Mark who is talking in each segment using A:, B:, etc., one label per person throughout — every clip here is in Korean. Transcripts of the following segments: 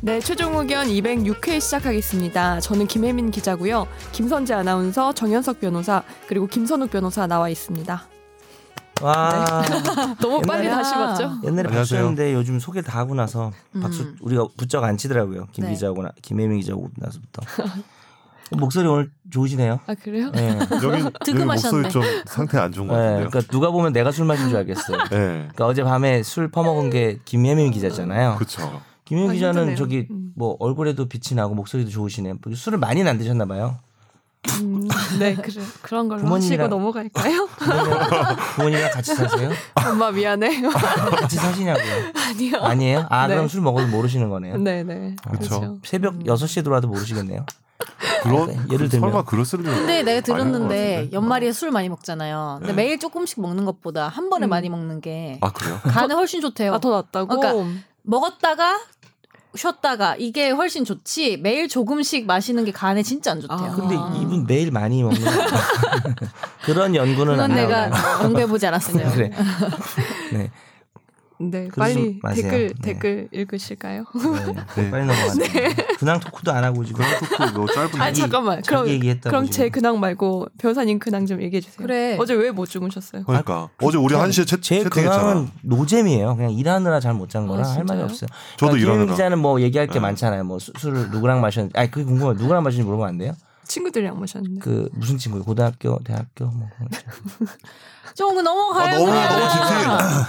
A: 네, 최종 의견 206회 시작하겠습니다. 저는 김혜민 기자고요. 김선재 아나운서, 정현석 변호사, 그리고 김선욱 변호사 나와 있습니다.
B: 와
A: 너무
B: 옛날에-
A: 빨리 다시 봤죠?
B: 옛날에
C: 안녕하세요.
B: 박수였는데 요즘 소개를 다 하고 나서 박수
A: 음.
B: 우리가 부쩍 안 치더라고요 김
A: 네.
B: 기자하고 나 김혜민 기자하고 나서부터 목소리 오늘 좋으시네요.
A: 아 그래요?
B: 예.
C: 여기, 여기
D: 득음하셨네.
C: 목소리 좀 상태 안 좋은 것
B: 예,
C: 같은데요.
B: 그러니까 누가 보면 내가 술 마신 줄 알겠어요.
C: 네,
B: 그러니까 어제 밤에 술 퍼먹은 게 김혜민 기자잖아요.
C: 그렇죠.
B: 김혜민
A: 아,
B: 기자는
A: 힘드네요.
B: 저기
A: 음.
B: 뭐 얼굴에도 빛이 나고 목소리도 좋으시네요. 뭐 술을 많이는 안 드셨나 봐요.
A: 음, 네, 그래. 그런 걸로
B: 부모님이랑-
A: 하시고 넘어갈까요?
B: 부모님이랑- 부모님이랑 같이 사세요?
A: 엄마 미안해.
B: 같이 사시냐고요?
A: 아니요.
B: 아니에요? 아
A: 네.
B: 그럼 술 먹어도 모르시는 거네요. 그렇죠.
A: 네, 네.
C: 그쵸.
B: 새벽
A: 음.
B: 6시에 들어와도 모르시겠네요.
C: 그런
B: 아, 네. 예를 들면.
C: 설마 그럴 쓰는
D: 근데 내가 들었는데 연말에 술 많이 먹잖아요. 근데
B: 음.
C: 네.
D: 매일 조금씩 먹는 것보다 한 번에
A: 음.
D: 많이 먹는 게
C: 아 그래요?
D: 간에 훨씬 좋대요.
A: 아, 더 낫다고?
D: 그러니까 먹었다가 쉬었다가 이게 훨씬 좋지. 매일 조금씩 마시는 게 간에 진짜 안 좋대요.
A: 아,
B: 근데
A: 아.
B: 이분 매일 많이 먹는 거 그런 연구는 안
D: 그건
B: 나와요.
D: 내가 연구해 보지 않았어요.
B: 그래. 네.
A: 네,
B: 그러지
A: 빨리
B: 마세요.
A: 댓글,
B: 네.
A: 댓글 읽으실까요?
B: 네. 빨리 넘어가자. 근황 토크도 안 하고 지금.
C: 그냥 토크 너 짧은
A: 아니,
B: 자기-
A: 잠깐만.
B: 자기
A: 그럼,
B: 얘기했다고
A: 그럼
B: 지금.
A: 제 근황 말고 변사님 근황 좀 얘기해주세요.
D: 그래.
A: 어제 왜 못 주무셨어요?
C: 그러니까 어제 우리 한 시에 채,
B: 아, 제
C: 채팅했잖아.
B: 근황은 노잼이에요. 그냥 일하느라 잘 못 잔 거라
A: 아,
B: 할 말이
A: 진짜요?
B: 없어요.
C: 저도
B: 그러니까 김혜민
C: 일하느라.
B: 기자는 뭐 얘기할 게
C: 네.
B: 많잖아요. 뭐 수- 술을 누구랑 마셨는지. 아니 그게 궁금해요. 누구랑 마셨는지 물어보면 안 돼요?
A: 친구들이랑 뭐 마셨는데.
B: 그 무슨 친구? 고등학교, 대학교 뭐. 그런 친구.
D: 조금
C: 아,
D: 넘어가요. 네. 아,
C: 너무
D: 그냥.
C: 너무 디테일.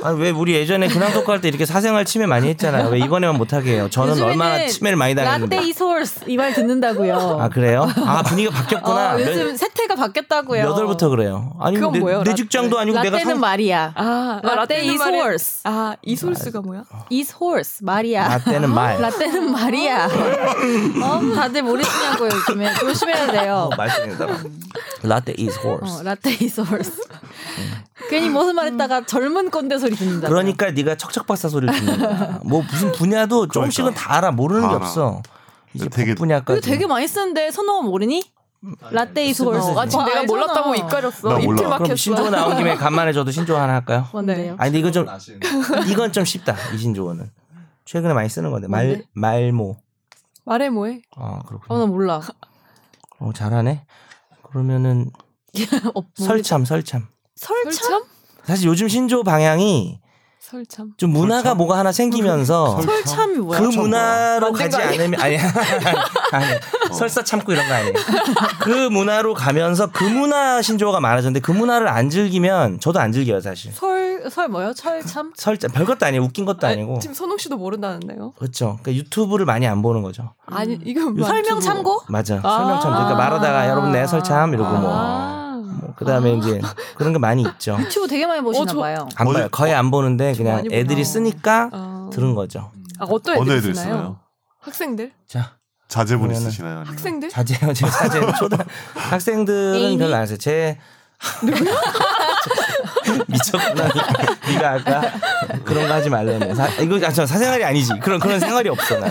B: 아니 왜 우리 예전에 근황 토크 할 때 이렇게 사생활 침해 많이 했잖아요. 왜 이번에만 못 하게 해요? 저는
D: 요즘에는
B: 얼마나 침해를 많이
D: 라떼
B: 당했는데.
D: 이소울스 이 말 듣는다고요.
B: 아 그래요? 아 분위기가 바뀌었구나.
D: 어,
B: 몇-
D: 요즘 세태가 바뀌었다고요.
B: 여덟부터 그래요. 아니
A: 그건
B: 내,
A: 뭐예요,
B: 내
A: 라떼?
B: 직장도 아니고 내가
D: 라떼는
B: 상...
D: 말이야.
A: 아, 아,
D: 라떼
A: 라떼는 말이야.
D: 이소울스.
A: 아, 이솔스가 뭐야?
D: is horse 말이야.
B: 라떼는 말.
D: 라떼는 말이야. 어? 다들 모르시냐고요 요즘에 조심해야 돼요.
B: 말씀입니다. 라떼 is horse.
D: 어, 라떼 is horse. 괜히 무슨 말했다가 젊은 꼰대 소리 듣는다.
B: 그러니까 네가 척척박사 소리를 듣는 거야. 뭐 무슨 분야도 조금씩은 다 알아. 모르는 게
C: 알아.
B: 없어. 이게
C: 되게-
D: 이거
B: 분야까지.
D: 되게 많이 쓰는데 선호원 모르니?
C: 음.
D: 라떼 is horse.
B: 아, 지금
A: 내가
D: 알잖아.
A: 몰랐다고 입가렸어.
C: 나 몰라.
A: 입질
B: 그럼 신조어
A: 막혔어.
B: 나온 김에 간만에 저도 신조어 하나 할까요?
D: 뭔데요?
B: 아니 근데 이건 좀 이건 좀 쉽다. 이 신조어는 최근에 많이 쓰는 건데 말 말모.
A: 말해 뭐해?
B: 아
D: 어,
B: 그렇군.
D: 나
B: 요
D: 몰라.
B: 어 잘하네. 그러면은
D: 어, 모르-
B: 설참 설참.
D: 설참?
A: 설참?
B: 사실 요즘 신조어 방향이
A: 설참.
B: 좀 문화가 뭐가 하나 생기면서
D: 설참이 뭐야?
B: 그
C: 처음
B: 문화로
A: 만든
B: 가지
A: 거 아니야? 어.
B: 않으면 아니, 아니 설사 참고 이런 거 아니에요. 그 문화로 가면서 그 문화 신조어가 많아졌는데 그 문화를 안 즐기면 저도 안 즐겨요 사실.
D: 설, 설 뭐요? 철참?
B: 설자 별것도 아니에요. 웃긴 것도 아니고.
A: 아니, 지금 선홍 씨도 모른다는데요?
B: 그렇죠. 그러니까 유튜브를 많이 안 보는 거죠.
A: 아니 이건 뭐
D: 설명
A: 유튜브.
D: 참고?
B: 맞아.
A: 아.
B: 설명처럼 그러니까 말하다가 여러분 내 설참 이러고 뭐,
A: 아.
B: 뭐 그다음에 이제 그런 게 많이 있죠.
D: 유튜브 되게 많이 보시나
A: 어, 저-
D: 봐요.
B: 안
C: 어디-
B: 봐요. 거의 안 보는데 그냥
A: 많이 보나.
B: 애들이 쓰니까
A: 어.
B: 들은 거죠.
A: 아, 어떤
C: 어느
A: 애들
C: 애들
A: 쓰나요?
C: 쓰나요?
A: 학생들?
B: 자
C: 자제분
B: 그러면은-
C: 있으시나요? 아니면?
A: 학생들?
B: 자제요. 제 자제 초등 학생들은
D: 애인이?
B: 별로 안 했어요. 제 미쳤구나. 네가 아까 그런 거 하지 말라며. 사, 이거 아, 저 사생활이 아니지. 그런 그런 생활이 없어 나.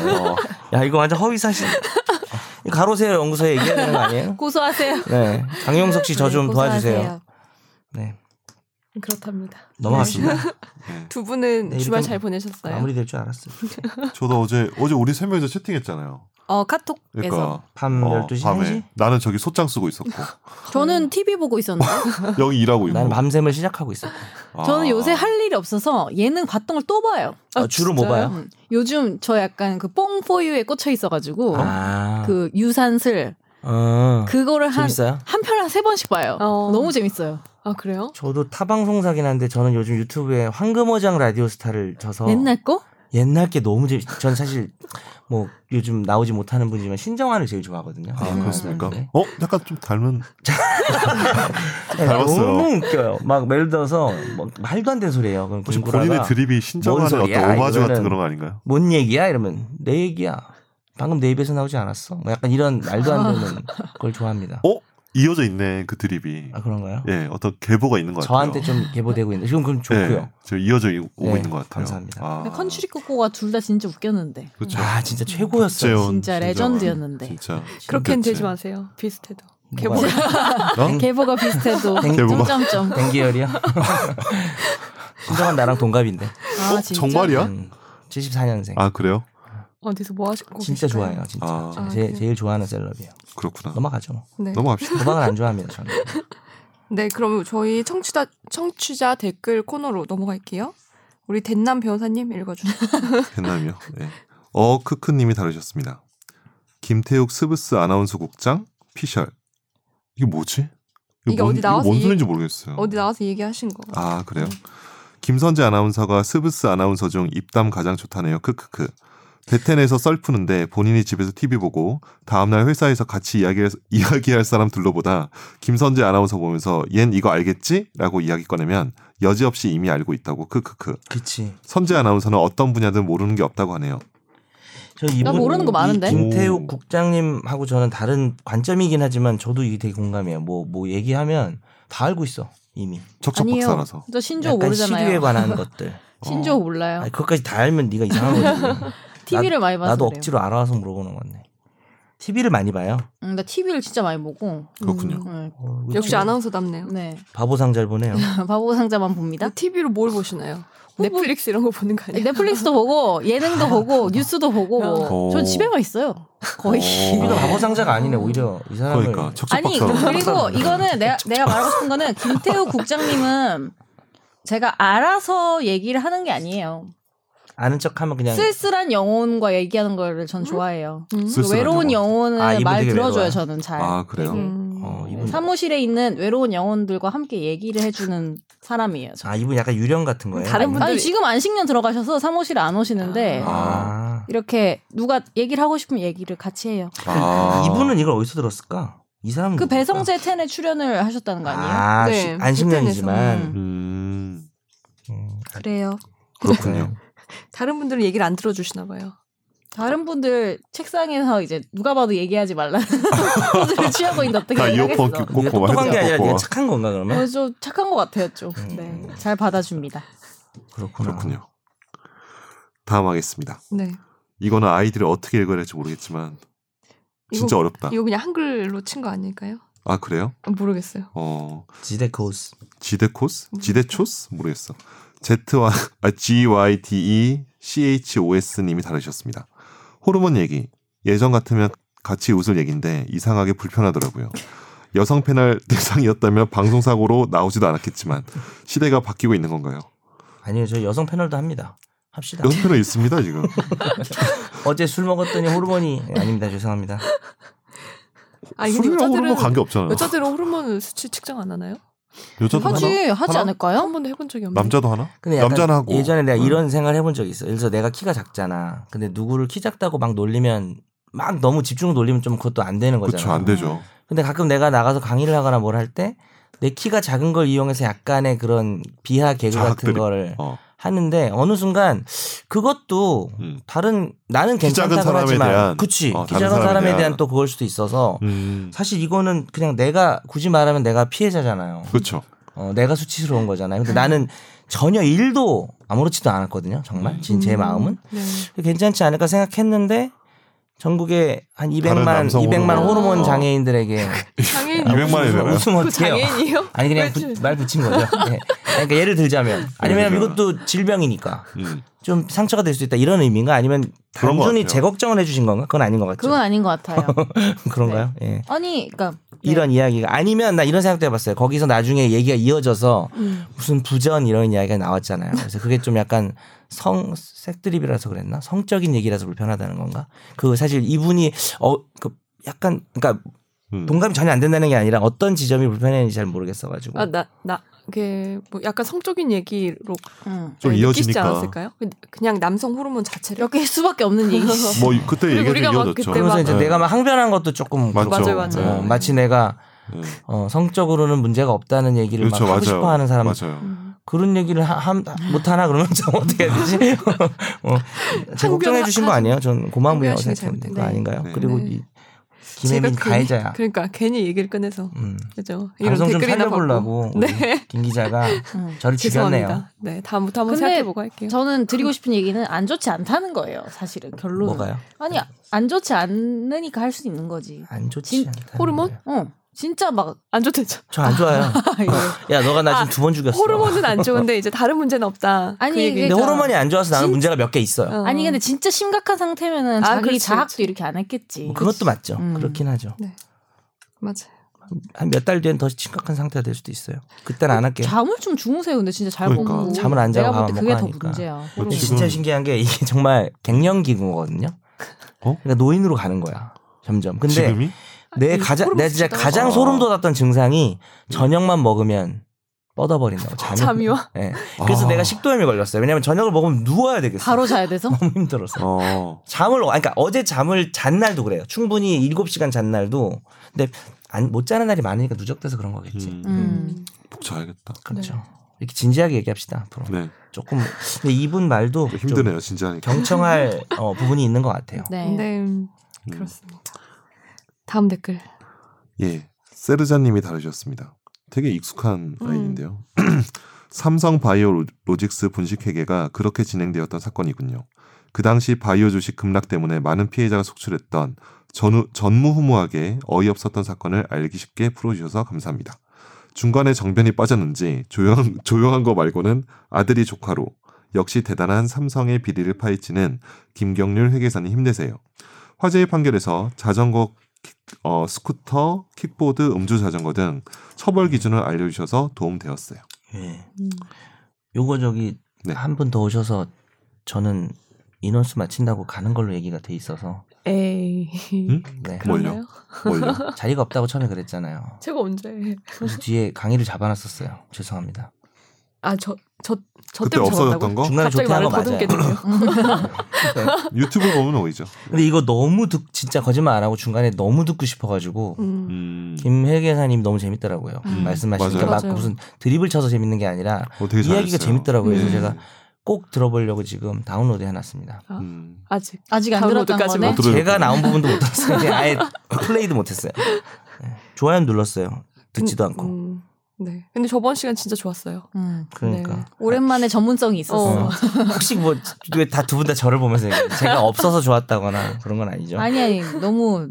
B: 야 이거 완전 허위 사실. 어, 가로세요 연구소에 얘기해야 되는 거 아니에요?
D: 고소하세요.
B: 네. 강용석 씨 저 좀
D: 네,
B: 도와주세요.
D: 고소하세요.
B: 네.
A: 그렇답니다.
B: 넘어갔습니다.
C: 네.
A: 두 분은
B: 네,
A: 주말
B: 이렇게
A: 잘 보내셨어요?
B: 마무리 될 줄 알았어요.
C: 저도 어제 어제 우리 세 명이서 채팅했잖아요.
D: 어, 카톡에서.
C: 그러니까
B: 밤
C: 어,
B: 음, 12시
C: 밤에
B: 1시?
C: 나는 저기 소장 쓰고 있었고
B: 음.
D: 저는 TV 보고 있었는데.
C: 여기 일하고 있고.
B: 나는 밤샘을 시작하고 있어.
C: 아.
D: 저는 요새 할 일이 없어서 예능 봤던 걸 또 봐요.
B: 어, 주로 뭐
A: 진짜요?
B: 봐요?
D: 음, 요즘 저 약간 그 뽕포유에 꽂혀 있어가지고
B: 아.
D: 그 유산슬
B: 어.
D: 그거를 한 한
B: 재밌어요?
D: 편을 한 세 번씩 봐요.
A: 어.
D: 너무 재밌어요.
A: 아 그래요?
B: 저도 타방송사긴 한데 저는 요즘 유튜브에 황금어장 라디오스타를 쳐서
D: 옛날 거?
B: 옛날 게 너무 재밌. 저는 사실 뭐 요즘 나오지 못하는 분이지만 신정환을 제일 좋아하거든요.
C: 아
B: 옛날
C: 그렇습니까?
B: 사람인데.
C: 어 약간 좀 닮은
B: 네,
C: 닮았어요.
B: 너무 웃겨요. 막 예를 들어서 뭐 말도 안 되는 소리예요. 그럼
C: 혹시
B: 김구라가
C: 본인의 드립이
B: 뭔
C: 신정하는
B: 소리야,
C: 어떤 오마주
B: 이거는.
C: 같은 그런 거 아닌가요?
B: 뭔 얘기야 이러면 내 얘기야. 방금 내 입에서 나오지 않았어? 뭐 약간 이런 말도 안 되는 걸 좋아합니다.
C: 어 이어져 있네 그 드립이.
B: 아 그런가요?
C: 예 어떤 계보가 있는 것 같아요.
B: 저한테 좀 개보되고 있는데 지금 그럼
C: 예,
B: 좋고요.
C: 지금 이어져 이- 오고
B: 네,
C: 있는 것 같아요.
B: 감사합니다.
C: 아,
D: 컨츄리 코코가 둘 다 진짜 웃겼는데.
C: 그렇죠.
B: 아 진짜 최고였어요.
C: 박재현,
D: 진짜
B: 아,
D: 레전드였는데.
C: 진짜
A: 네. 그렇게는
C: 대체.
A: 되지 마세요. 비슷해도.
B: 뭐가-
A: 개보가
B: 네.
C: 어?
D: 개보가 비슷해도
C: 개보가.
D: 점점점.
B: 댕기열이요? 신정환 나랑 동갑인데.
D: 아
C: 어?
D: 진짜.
A: 아,
B: 네,
C: 정말이야?
B: 음, 74년생.
C: 아 그래요?
A: 어, 어디서 뭐 하시고
B: 진짜
A: 계실까요?
B: 좋아해요. 진짜.
C: 아.
A: 아,
B: 제,
A: 그래요?
B: 제일 좋아하는 셀럽이에요.
C: 그렇구나.
B: 넘어가죠. 뭐.
A: 네.
C: 넘어갑시다.
B: 도박은 안 좋아합니다. 저는.
A: 네, 그럼 저희 청취자 청취자 댓글 코너로 넘어갈게요. 우리 덴남 변호사님 읽어주세요.
C: 했나요? 네. 어 크크님이 다루셨습니다. 김태욱 스브스 아나운서 국장 피셜 이게 뭐지?
A: 이게 어디 나와서
C: 뭔
A: 이-
C: 소리인지 모르겠어요.
B: 음.
A: 어디 나와서 얘기하신 거.
C: 아 그래요? 김선재 아나운서가 스브스 아나운서 중 입담 가장 좋다네요. 크크크. 베텐에서 썰 푸는데 본인이 집에서 TV 보고 다음날 회사에서 같이 이야기할, 이야기할 사람 둘러보다 김선재 아나운서 보면서 얜 이거 알겠지? 라고 이야기 꺼내면 여지없이 이미 알고 있다고 크크크.
B: 그치.
C: 선재 아나운서는 어떤 분야든 모르는 게 없다고 하네요.
B: 저 이분,
D: 모르는 거
B: 이
D: 많은데?
B: 김태욱
C: 오.
B: 국장님하고 저는 다른 관점이긴 하지만 저도 이게 되게 공감해요. 뭐 뭐 얘기하면 다 알고 있어 이미.
C: 척척박사라서.
D: 저 신조어
B: 약간 시류에
D: 모르잖아요.
B: 관한 것들.
D: 신조어 몰라요.
B: 아니, 그것까지 다 알면 네가 이상한 거지.
D: TV를 많이 봐서
B: 나도
D: 그래요.
B: 억지로 알아와서 물어보는 건데. TV를 많이 봐요.
D: 응, 음, 나 TV를 진짜 많이 보고.
C: 그렇군요.
D: 응,
B: 어, 이거
A: 역시
B: 지금
A: 아나운서답네요.
D: 네.
B: 바보상 잘 보네요.
D: 바보 상자만 봅니다.
A: TV로 뭘 보시나요?
D: 뭐-
A: 넷플릭스 이런 거 보는 거 아니에요?
D: 넷플릭스도 보고 예능도 보고 뉴스도 보고
C: 어.
D: 전 집에만 있어요. 거의.
B: TV가
C: 어.
B: 바보상자가 아니네 오히려 이 사람을.
C: 그러니까
D: 아니
C: 척척박사라서.
D: 그리고 이거는 내가 내가 말하고 싶은 거는 김태우 국장님은 제가 알아서 얘기를 하는 게 아니에요.
B: 아는 척하면 그냥
D: 쓸쓸한 영혼과 얘기하는 거를 전 좋아해요.
A: 음.
C: 쓸- 쓸쓸한
D: 외로운 영혼을
B: 아, 이분
D: 말
B: 되게
D: 들어줘요.
B: 외로워요.
D: 저는 잘.
C: 아 그래요.
D: 되게.
A: 음.
B: 어,
D: 네,
B: 이분
D: 사무실에 있는 외로운 영혼들과 함께 얘기를 해주는 사람이에요. 저는.
B: 아 이분 약간 유령 같은 거예요.
A: 다른 분들이
D: 아니 지금 안식년 들어가셔서 사무실에 안 오시는데
C: 아.
D: 이렇게 누가 얘기를 하고 싶으면 얘기를 같이 해요.
C: 아.
B: 이분은 이걸 어디서 들었을까? 이 사람
D: 그 배성재 텐에 출연을 하셨다는 거 아니에요?
B: 그러니까. 아,
A: 네,
B: 시- 안식년이지만
C: 음.
B: 음, 네. 아,
A: 그래요.
C: 그렇군요.
A: 다른 분들은 얘기를 안 들어주시나 봐요.
D: 다른 분들 책상에서 이제 누가 봐도 얘기하지 말라는 포즈를 취하고 있는데 어떻게
C: 다 이어폰
D: 얘기하겠어?
C: 끼고
B: 네가
C: 꽂고 막
B: 똑똑한 게
C: 헤드폰
B: 아니라
C: 꽂고
B: 네가
C: 막.
B: 착한 건가 그러면?
D: 어, 좀 착한 것 같아요, 좀.
B: 음.
D: 네, 잘 받아줍니다. 어,
B: 그렇구나.
C: 그렇군요. 다음 하겠습니다.
A: 네.
C: 이거는 아이들이 어떻게 읽어야 할지 모르겠지만
A: 이거-
C: 진짜 어렵다.
A: 이거 그냥 한글로 친 거 아닐까요?
C: 아 그래요?
A: 모르겠어요.
C: 어
B: 지대 코스.
C: 지데코스?
A: 음.
C: 지데초스? 모르겠어. Z와 아, G Y D E C H O S 님이 다루셨습니다. 호르몬 얘기. 예전 같으면 같이 웃을 얘기인데 이상하게 불편하더라고요. 여성 패널 대상이었다면 방송 사고로 나오지도 않았겠지만 시대가 바뀌고 있는 건가요?
B: 아니요, 저 여성 패널도 합니다. 합시다.
A: 네.
C: 여성 패널 있습니다 지금.
B: 어제 술 먹었더니 호르몬이 아닙니다. 죄송합니다.
A: 아, 근데
C: 술이랑 호르몬 관계 없잖아요.
A: 여자들은 호르몬 수치 측정 안 하나요?
C: 여자도
D: 하지,
C: 하나?
D: 하지
C: 하나?
A: 한
D: 않을까요?
A: 번도 해본 적이 없는데.
C: 남자도 하나?
B: 근데 약간
C: 남자는 하고.
B: 예전에 내가
C: 응.
B: 이런 생각을 해본 적이 있어. 예를 들어서 내가 키가 작잖아. 근데 누구를 키 작다고 막 놀리면 막 너무 집중으로 놀리면 좀 그것도 안 되는 거잖아.
C: 그렇죠 안 되죠.
B: 근데 가끔 내가 나가서 강의를 하거나 뭘 할 때 내 키가 작은 걸 이용해서 약간의 그런 비하 개그 같은
C: 자학들이-
B: 거를
C: 어.
B: 하는데 어느 순간 그것도
C: 음.
B: 다른 나는
C: 키 작은
B: 괜찮다고
C: 사람에
B: 하지만
C: 대한-
B: 그치
C: 어,
B: 키
C: 다른
B: 작은 사람에,
C: 사람에
B: 대한,
C: 대한
B: 또 그걸 수도 있어서
C: 음.
B: 사실 이거는 그냥 내가 굳이 말하면 내가 피해자잖아요.
C: 그렇죠.
B: 어, 내가 수치스러운 거잖아요. 근데 나는 전혀 일도 아무렇지도 않았거든요. 정말 진 제
A: 음.
B: 마음은
A: 네.
B: 괜찮지 않을까 생각했는데 전국에 한
C: 다른
B: 200만
C: 남성
B: 200만
A: 호르몬.
B: 호르몬
C: 어.
B: 장애인들에게
A: 장애인.
C: 200만 원이 되나요?
B: 웃음
A: 그
B: 어때요?
A: 장애인이요?
B: 아니 그냥
A: 왜
B: 부-
A: 주-
B: 말 붙인 거죠. 네. 그러니까 예를 들자면 아니면
C: 들자면.
B: 이것도 질병이니까
C: 음.
B: 좀 상처가 될 수 있다 이런 의미인가 아니면
C: 그런 것
B: 단순히
C: 같아요.
B: 제 걱정을 해주신 건가? 그건 아닌 것 같죠.
D: 그건 아닌 것 같아요.
B: 그런가요?
A: 네.
B: 예.
D: 아니, 그러니까 네.
B: 이런 이야기가 아니면 나 이런 생각도 해봤어요. 거기서 나중에 얘기가 이어져서
A: 음.
B: 무슨 부전 이런 이야기가 나왔잖아요. 그래서 그게 좀 약간 성 색드립이라서 그랬나? 성적인 얘기라서 불편하다는 건가? 그 사실 이분이 어 그 약간 그러니까
C: 음.
B: 동감이 전혀 안 된다는 게 아니라 어떤 지점이 불편했는지 잘 모르겠어가지고.
C: 뭐.
A: 아, 나, 나. 이게 뭐 약간 성적인 얘기로 네,
D: 음.
C: 좀
A: 느끼시지
C: 이어지니까.
A: 않았을까요? 그냥 남성 호르몬 자체를
D: 이렇게 할 수밖에 없는 얘기.
C: 뭐 그때
A: 그리고
C: 얘기가
A: 우리가 막
C: 이어졌죠.
A: 그때
B: 그러면서
A: 막-
B: 이제
C: 네.
B: 내가 막 항변한 것도 조금
C: 맞죠.
B: 그렇고.
A: 맞아요,
B: 어,
A: 맞아요.
C: 네.
B: 마치 내가
C: 네.
B: 어, 성적으로는 문제가 없다는 얘기를
C: 그렇죠
B: 막 하고
C: 맞아요.
B: 싶어하는 사람
C: 맞아요.
D: 음,
B: 그런 얘기를 하, 함- 못하나 그러면 저 어떻게 해야 되지? 어, 제 걱정해 주신 거 아니에요? 전 고마운 분이라고
A: 항변하시는
B: 생각했는데 그거
D: 잘못된
B: 아닌가요?
C: 네.
B: 그리고
A: 네.
B: 이
A: 제가
B: 김혜민
A: 괜히-
B: 가해자야.
A: 그러니까 괜히 얘기를 꺼내서
B: 음.
A: 그죠? 이런
B: 방송 좀
A: 댓글이나
B: 살려보려고
A: 받고. 네.
B: 김 기자가
D: 음.
B: 저를 죽였네요.
A: 죄송합니다. 네, 다음부터 한번
D: 근데
A: 생각해보고 할게요.
D: 저는 드리고 싶은 얘기는 안 좋지 않다는 거예요, 사실은 결론은.
B: 뭐가요?
D: 아니, 안 좋지 않으니까 할 수 있는 거지.
B: 안 좋지
D: 진-
B: 않다.
A: 호르몬?
D: 어. 진짜 막
A: 안 좋대죠.
B: 저 안 좋아요. 야, 너가 나 지금 두 번 죽였어.
A: 아, 호르몬은 안 좋은데 이제 다른 문제는 없다.
D: 아니,
A: 그 얘기.
B: 근데
D: 그러니까.
B: 호르몬이 안 좋아서 나는
D: 진-
B: 문제가 몇 개 있어요.
A: 어.
D: 아니 근데 진짜 심각한 상태면은
A: 아,
D: 자기
A: 그렇지,
D: 자학도
A: 그렇지.
D: 이렇게 안 했겠지.
B: 뭐 그것도 맞죠.
D: 음.
B: 그렇긴 하죠.
A: 맞아.
B: 한 몇 달 뒤엔 더 심각한 상태가 될 수도 있어요. 그땐 안 할게요.
D: 자물좀 주무세요. 근데 진짜 잘
C: 그러니까.
D: 보고
B: 잠을 안 자고
D: 내가 볼 때
B: 밥안
D: 그게
B: 먹고
D: 더
B: 하니까. 네.
D: 문제야.
B: 근데
C: 지금-
B: 진짜 신기한 게 이게 정말 갱년기군거든요.
C: 어?
B: 그러니까 노인으로 가는 거야. 점점. 근데
C: 지금이
B: 내
A: 아니,
B: 가장
A: 소름
B: 내 진짜
A: 끼치다.
B: 가장
C: 아.
B: 소름 돋았던 증상이 저녁만 먹으면 뻗어버린다고 잠이.
A: 잠이요?
B: 예. 그래서
C: 아.
B: 내가 식도염이 걸렸어요. 왜냐면 저녁을 먹으면 누워야 되겠어.
D: 바로 자야 돼서
B: 너무 힘들어서.
C: 어.
B: 잠을 아, 그러니까 어제 잠을 잔 날도 그래요. 충분히 7시간 잔 날도. 근데 안, 못 자는 날이 많으니까 누적돼서 그런 거겠지.
C: 음,
D: 음.
C: 푹 자야겠다.
B: 그렇죠. 이렇게 진지하게 얘기합시다 앞으로.
C: 네.
B: 조금 근데 이분 말도 좀
C: 힘드네요, 진짜. 하니까.
B: 경청할 어, 부분이 있는 것 같아요.
D: 네.
A: 네. 음,
C: 음.
A: 그렇습니다. 다음 댓글.
C: 예. 세르자님이 다루셨습니다. 되게 익숙한
A: 음.
C: 라인인데요. 삼성 바이오 로직스 분식회계가 그렇게 진행되었던 사건이군요. 그 당시 바이오 주식 급락 때문에 많은 피해자가 속출했던 전후, 전무후무하게 어이없었던 사건을 알기 쉽게 풀어주셔서 감사합니다. 중간에 정변이 빠졌는지 조용, 조용한 거 말고는 아들이 조카로 역시 대단한 삼성의 비리를 파헤치는 김경률 회계사님 힘내세요. 화재의 판결에서 자전거 어, 스쿠터, 킥보드, 음주 자전거 등 처벌 기준을 알려주셔서 도움되었어요.
B: 예.
A: 음.
B: 요거 저기
C: 네.
B: 한 분 더 오셔서 저는 인원수 마친다고 가는 걸로 얘기가 돼 있어서
A: 에이.
C: 응?
B: 네.
C: 뭘요?
A: 그런가요?
C: 뭘요?
B: 자리가 없다고 처음에 그랬잖아요.
A: 제가 언제?
B: 그래서 뒤에 강의를 잡아놨었어요. 죄송합니다.
A: 아저저저
C: 그때
A: 때문에
C: 없어졌던
A: 적었다고?
C: 거?
B: 중간에
A: 갑자기
B: 조퇴한
A: 말을
B: 거 맞아요.
A: 더듬겠네요.
C: 유튜브 보면 오이죠.
B: 근데 이거 너무 듣 진짜 거짓말 안 하고 중간에 너무 듣고 싶어가지고
A: 음.
C: 음,
B: 김회계사님 너무 재밌더라고요.
A: 음.
B: 말씀하시니까
C: 맞아요.
B: 막
A: 맞아요.
B: 무슨 드립을 쳐서 재밌는 게 아니라
C: 어, 되게 잘했어요.
B: 이야기가 재밌더라고요. 그래서
A: 음.
B: 제가 꼭 들어보려고 지금 다운로드 해놨습니다.
C: 음.
A: 아직
D: 아직 안
A: 다운로드까지
D: 들었던 거네.
A: 못
C: 들어요.
B: 제가 나온 부분도 못 들었어요. 그냥 아예 플레이도 못했어요. 네. 좋아요 눌렀어요. 듣지도
A: 음,
B: 않고.
A: 음. 네. 근데 저번 시간 진짜 좋았어요.
D: 음.
B: 그러니까
A: 네.
D: 오랜만에 전문성이 있었어.
B: 어. 혹시 뭐 왜 다 두 분 다 저를 보면서 얘기해요? 제가 없어서 좋았다거나 그런 건 아니죠.
D: 아니 아니 너무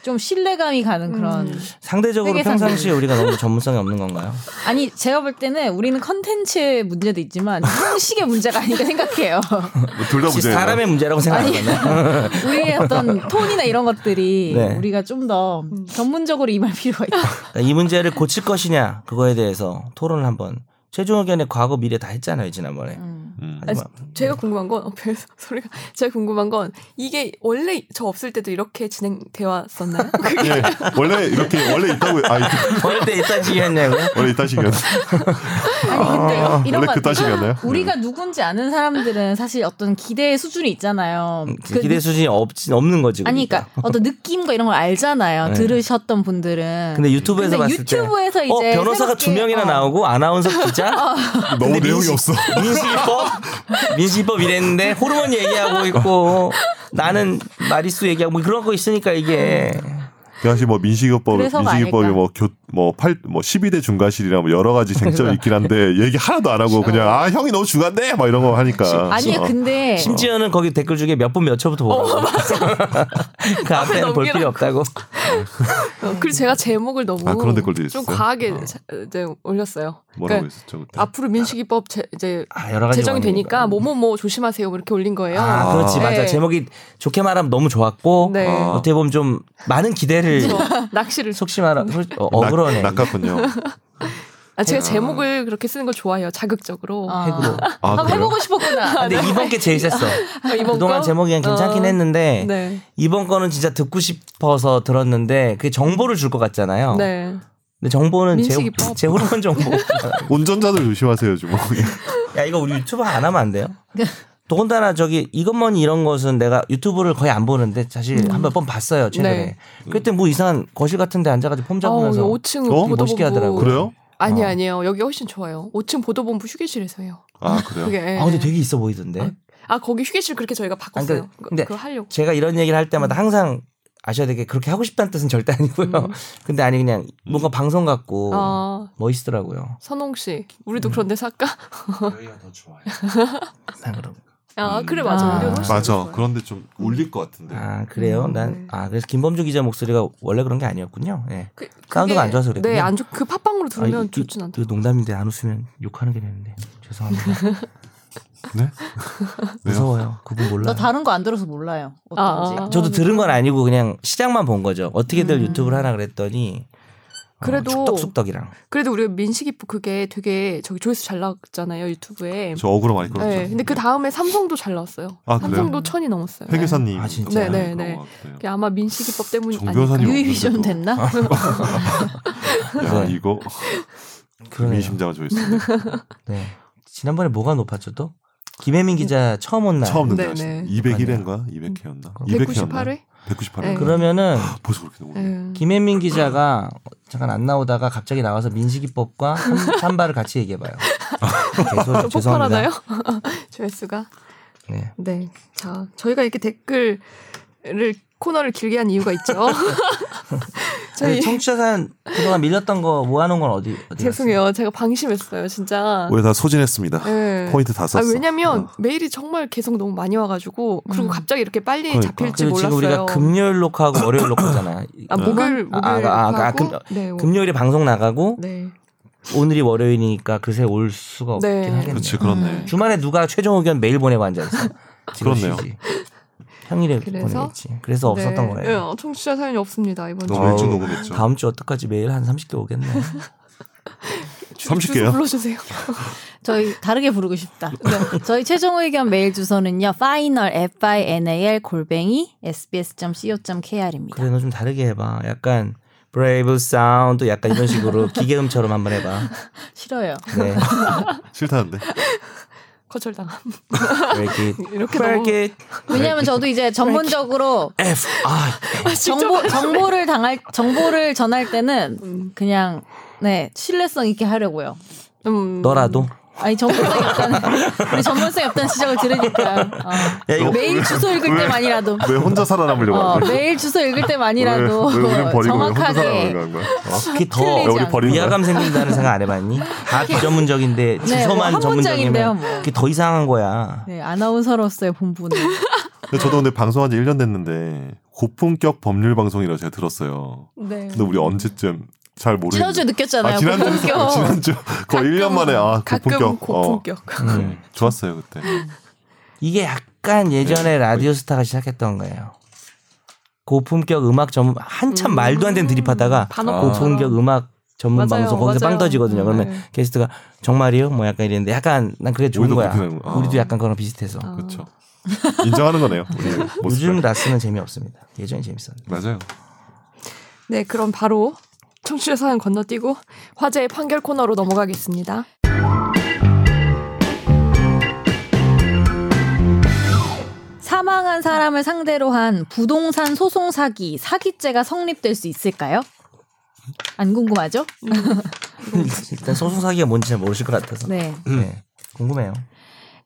D: 좀 신뢰감이 가는 그런
A: 음.
B: 상대적으로
D: 회계
B: 평상시에 우리가 너무 전문성이 없는 건가요?
D: 아니 제가 볼 때는 우리는 컨텐츠의 문제도 있지만 형식의 문제가 아닌가 생각해요.
C: 뭐 둘다
B: 혹시
C: 문제예요.
B: 사람의 문제라고 생각하나요?
D: 우리의 어떤 톤이나 이런 것들이
B: 네.
D: 우리가 좀 더
A: 음.
D: 전문적으로 임할 필요가 있다.
B: 이 문제를 고칠 것이냐 그거에 대해서 토론을 한번 최종 의견에 과거 미래 다 했잖아요 지난번에.
D: 음.
C: 음.
B: 하지만
A: 제가 궁금한 건 어, 별 소리가 제가 궁금한 건 이게 원래 저 없을 때도 이렇게 진행돼 왔었나요?
B: 아,
A: 그게
C: 예, 원래 이렇게 원래 있다고 아 이-
B: 원래 이딴 식이었냐고요?
C: 원래 이따식이었나요?
D: 아니 근데 이런
C: 원래
D: 거
C: 그 따식이었나요?
D: 우리가
B: 음.
D: 누군지 아는 사람들은 사실 어떤 기대의 수준이 있잖아요. 그
B: 음, 기대
D: 느-
B: 수준이 없, 없는 거지.
D: 아니 그러니까 어떤 느낌과 이런 걸 알잖아요.
B: 네.
D: 들으셨던 분들은.
B: 근데 유튜브에서
D: 근데
B: 봤을
D: 유튜브에서
B: 때,
D: 이제
B: 어, 변호사가
D: 새롭게-
B: 두 명이나
D: 어.
B: 나오고 아나운서 기자,
C: 너무
B: 근데
C: 내용이
B: 민식-
C: 없어.
B: 민식이법, 민식이법 이랬는데 호르몬 얘기하고 있고 나는 마리수 얘기하고 뭐 그런 거 있으니까 이게
D: 어.
C: 당시 뭐 민식이법
D: 그래서가
C: 민식이법이 뭐
D: 아닐까.
C: 뭐교뭐팔뭐 12대 중간실이라 뭐 여러 가지 쟁점이 있긴 한데 얘기 하나도 안 하고
B: 그렇죠.
C: 그냥 아 형이 너무 중간데 막 이런 거 하니까
D: 아니
C: 어.
D: 근데
B: 심지어는 거기 댓글 중에 몇 분 몇 초부터
D: 어,
B: 보라고. 그 앞에는 볼 필요
A: 넘기라고.
B: 없다고.
A: 어, 그리고 제가 제목을 너무
C: 아, 그런 댓글들이
A: 좀
C: 있었어요?
A: 과하게
C: 어.
A: 자- 이제 올렸어요.
C: 뭐라고
A: 그러니까
C: 했었죠 그때?
A: 앞으로 민식이법 제, 이제
B: 아, 여러 가지
A: 제정이
B: 원인이
A: 되니까
B: 있거든요.
A: 뭐뭐뭐 조심하세요 이렇게 올린 거예요.
B: 아, 그렇지
C: 아.
B: 맞아.
A: 네.
B: 제목이 좋게 말하면 너무 좋았고
A: 네.
C: 아.
B: 어떻게 보면 좀 많은 기대를
A: 저뭐 낚시를
B: 속심하라 어, 억울하네.
C: 낙- 낙하군요.
A: 아 제가
C: 아.
A: 제목을 그렇게 쓰는 걸 좋아해요. 자극적으로.
D: 아.
B: 핵으로.
C: 아,
D: 한번
C: 그래요?
D: 해보고 싶었구나.
B: 근데 이번 게 제일 셌어.
A: 아, 네. 이번
B: 그동안
A: 거?
B: 제목이 그냥 괜찮긴
A: 어.
B: 했는데
A: 네.
B: 이번 거는 진짜 듣고 싶어서 들었는데 그게 정보를 줄 것 같잖아요.
A: 네.
B: 근데 정보는 제,
A: 민식이법.
B: 제 호르몬 정보.
C: 운전자들 조심하세요 좀.
B: 야 이거 우리 유튜브 안 하면 안 돼요? 더군다나 저기 이것만이 이런 것은 내가 유튜브를 거의 안 보는데 사실 한몇 번 봤어요 최근에.
A: 음. 네.
B: 그때 뭐 이상한 거실 같은데 앉아가지고 폼
A: 아우
B: 잡으면서
A: 5층
C: 어?
A: 보도본부
B: 멋있게 하더라고요.
C: 그래요?
A: 아니
B: 어.
A: 아니에요. 여기 훨씬 좋아요. 5층 보도본부 휴게실에서 해요.
C: 아 그래요?
A: 그게
B: 아 근데 되게 있어 보이던데.
A: 아 거기 휴게실 그렇게 저희가 바꿨어요.
B: 아니, 그-
A: 그-
B: 근데-
A: 그거 하려고.
B: 제가 이런 얘기를 할
A: 음.
B: 때마다 항상 아셔야 되게 그렇게 하고 싶다는 뜻은 절대 아니고요. 근데 아니 그냥 뭔가 방송 같고
A: 아
B: 멋있더라고요. 음.
A: 선홍 씨, 우리도 그런 데서 할까?
B: 여기가 더 음. 좋아요. 난 그런.
D: 아 그래 맞아.
A: 아.
D: 우리는 훨씬
C: 음. 맞아.
D: 좋아요.
C: 그런데 좀 울릴 것 같은데.
B: 아 그래요?
A: 음.
B: 난 아 그래서 김범주 기자 목소리가 원래 그런 게 아니었군요. 예.
D: 그- 그게-
B: 사운드가 안 좋아서 그랬군요.
A: 네, 안 좋, 그 팟빵으로 들으면
B: 아, 이-
A: 좋진 않다.
B: 이 농담인데 안 웃으면 욕하는 게 되는데 죄송합니다.
C: 네?
B: 무서워요. 그분 몰라.
D: 너
B: 요
D: 다른 거 안 들어서 몰라요. 어떤지.
A: 아, 아.
B: 저도 들은 건 아니고 그냥 시장만 본 거죠. 어떻게들
D: 음.
B: 유튜브를 하나 그랬더니 어,
A: 그래도-
B: 축덕숙덕이랑
A: 그래도 우리가 민식이프 그게 되게 저기 조회수 잘 나왔잖아요 유튜브에.
C: 저 억울로 많이 끌었죠.
A: 네, 근데 그 다음에 삼성도 잘 나왔어요.
C: 아, 그래요?
A: 삼성도 천이 넘었어요.
C: 회계사님.
B: 아, 진짜?
A: 네, 네, 그게 아마 민식이법 때문이
C: 정
A: 아닐까.
C: 변호사님.
D: 유이비전 됐나?
B: 아,
C: 야,
B: 네.
C: 이거
B: 그러네요.
C: 민 심장을 조였어.
B: 네. 지난번에 뭐가 높았죠 또? 김혜민 기자 처음 온 날.
C: 처음
A: 네,
C: 듣는
A: 네.
C: 201회인가? 200회였나?
A: 198회?
B: 네.
C: 198회.
B: 음. 그러면은
C: 벌써 그렇게 넘어.
A: 네.
B: 김혜민 기자가 잠깐 안 나오다가 갑자기 나와서 민식이법과 삼- 삼바를 같이 얘기해봐요. 아,
C: 아,
B: 죄송,
A: 폭발하나요?
B: 죄송합니다.
A: 조회수가.
B: 네.
A: 네. 자, 저희가 이렇게 댓글을 코너를 길게 한 이유가 있죠. 저희
B: 근데 그 청취자 사연 그동안 밀렸던 거 모아놓은 건 어디 어디
A: 죄송해요. 제가 방심했어요. 진짜.
C: 우리 다 소진했습니다.
A: 네.
C: 포인트 다
A: 아,
C: 썼어.
A: 왜냐면
C: 어.
A: 메일이 정말 계속 너무 많이 와가지고 그리고
D: 음.
A: 갑자기 이렇게 빨리
C: 그러니까.
A: 잡힐지
B: 그리고 지금
A: 몰랐어요.
B: 우리가 금요일 녹화하고 월요일 녹화잖아.
A: 아 목요일
B: 아,
A: 목요일
B: 아, 아,
A: 하고
B: 아, 금-
A: 네, 오-
B: 금요일에 방송 나가고
A: 네.
B: 오늘이 월요일이니까 그새 올 수가 없긴
A: 네.
B: 하겠네요.
C: 그렇지, 그렇네.
D: 음.
B: 주말에 누가 최종 의견 메일 보내고 앉아 있어.
C: 그렇네요.
B: 평일에
A: 그래서?
B: 보내겠지. 그래서 없었던
A: 네.
B: 거예요. 어,
A: 예, 청취자 사연이 없습니다 이번
C: 너무
A: 주에.
C: 일찍
B: 아우,
C: 어. 녹음했죠.
B: 다음 주 어떡하지 메일 한 30개 오겠네.
A: 주-
C: 30 개요?
A: 주소 불러주세요.
D: 저희 다르게 부르고 싶다. 네. 저희 최종 의견 메일 주소는요. final f i n a l 골뱅이 sbs.co.kr입니다.
B: 그래 너 좀 다르게 해봐. 약간 브레이브 사운드 약간 이런 식으로 기계음처럼 한번 해봐.
D: 싫어요.
B: 네.
C: 싫다는데.
A: 거절당함.
B: 이렇게
A: 이렇게 너무
B: 브레이크
D: 왜냐하면 저도 이제 전문적으로
B: F I
A: 아,
D: 정보 정보를 당할 정보를 전할 때는
A: 음.
D: 그냥 네 신뢰성 있게 하려고요.
A: 음.
B: 너라도
D: 아니 전문성이 없다는 우리 전문성이 없다는 지적을 들으니까 어.
B: 야, 이거
D: 메일 주소 읽을
C: 왜?
D: 때만이라도
C: 왜 혼자 살아남으려고
D: 어,
C: 하는 거야?
D: 메일 주소 읽을
C: 왜, 왜 우린
D: 때만이라도
C: 버리고 왜 혼자
D: 정확하게
C: 살아남으려고 하는 거야? 어?
B: 그게 더
D: 틀리지
C: 야, 우리 버리는 거야?
B: 위화감 생긴다는 생각 안 해봤니? 다 비전문적인데
D: 네, 뭐
B: 주소만
D: 한 문장인데요,
B: 전문적이면
D: 뭐.
B: 그게 더 이상한 거야.
D: 네, 아나운서로서의 본분을
C: 근데 저도 근데 방송한 지 1년 됐는데 고품격 법률 방송이라고 제가 들었어요.
A: 네.
C: 근데 우리 언제쯤 잘 모르겠는데.
D: 지난주에 느꼈잖아요.
C: 아, 지난주
D: 고품격.
C: 지난주
B: 뭐
C: 거의 1년 만에 아
A: 가끔
C: 고품격. 어.
A: 고품격.
B: 음.
C: 좋았어요 그때.
B: 이게 약간 예전에
C: 네.
B: 라디오스타가 시작했던 거예요. 고품격 음악 전문 한참
A: 음.
B: 말도 안 되는 드립하다가
A: 반어법처럼.
B: 고품격 음악 전문
A: 맞아요,
B: 방송 거기서
A: 맞아요.
B: 빵 터지거든요.
D: 음,
B: 그러면
A: 네.
B: 게스트가 정말이요? 뭐 약간 이랬는데 약간 난 그게 좋은
C: 우리도
B: 거야.
C: 그렇게 되는 거야. 아.
B: 우리도 약간 그런 거 비슷해서
A: 아.
C: 그렇죠.
D: 음.
C: 인정하는 거네요. 우리 모습을.
B: 요즘 라스는 재미없습니다. 예전에 재밌었는데.
C: 맞아요.
A: 네, 그럼 바로 청취자 사연 건너뛰고 화제의 판결 코너로 넘어가겠습니다.
D: 사망한 사람을 상대로 한 부동산 소송 사기 사기죄가 성립될 수 있을까요? 안 궁금하죠?
A: 네.
B: 일단 소송 사기가 뭔지 잘 모르실 것 같아서.
D: 네.
B: 네. 궁금해요.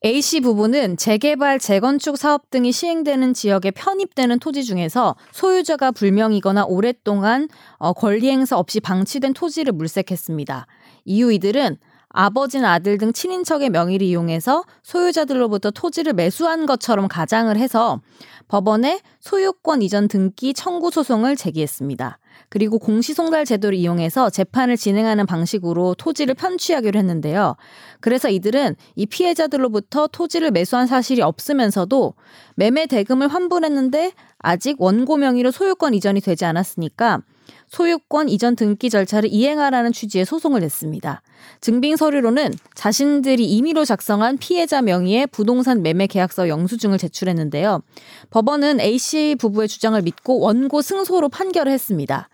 D: A 씨 부부는 재개발, 재건축 사업 등이 시행되는 지역에 편입되는 토지 중에서 소유자가 불명이거나 오랫동안 어, 권리 행사 없이 방치된 토지를 물색했습니다. 이후 이들은 아버진 아들 등 친인척의 명의를 이용해서 소유자들로부터 토지를 매수한 것처럼 가장을 해서 법원에 소유권 이전 등기 청구 소송을 제기했습니다. 그리고 공시송달 제도를 이용해서 재판을 진행하는 방식으로 토지를 편취하기로 했는데요. 그래서 이들은 이 피해자들로부터 토지를 매수한 사실이 없으면서도 매매 대금을 환불했는데 아직 원고 명의로 소유권 이전이 되지 않았으니까 소유권 이전 등기 절차를 이행하라는 취지의 소송을 냈습니다. 증빙 서류로는 자신들이 임의로 작성한 피해자 명의의 부동산 매매 계약서 영수증을 제출했는데요. 법원은 A씨 부부의 주장을 믿고 원고 승소로 판결을 했습니다.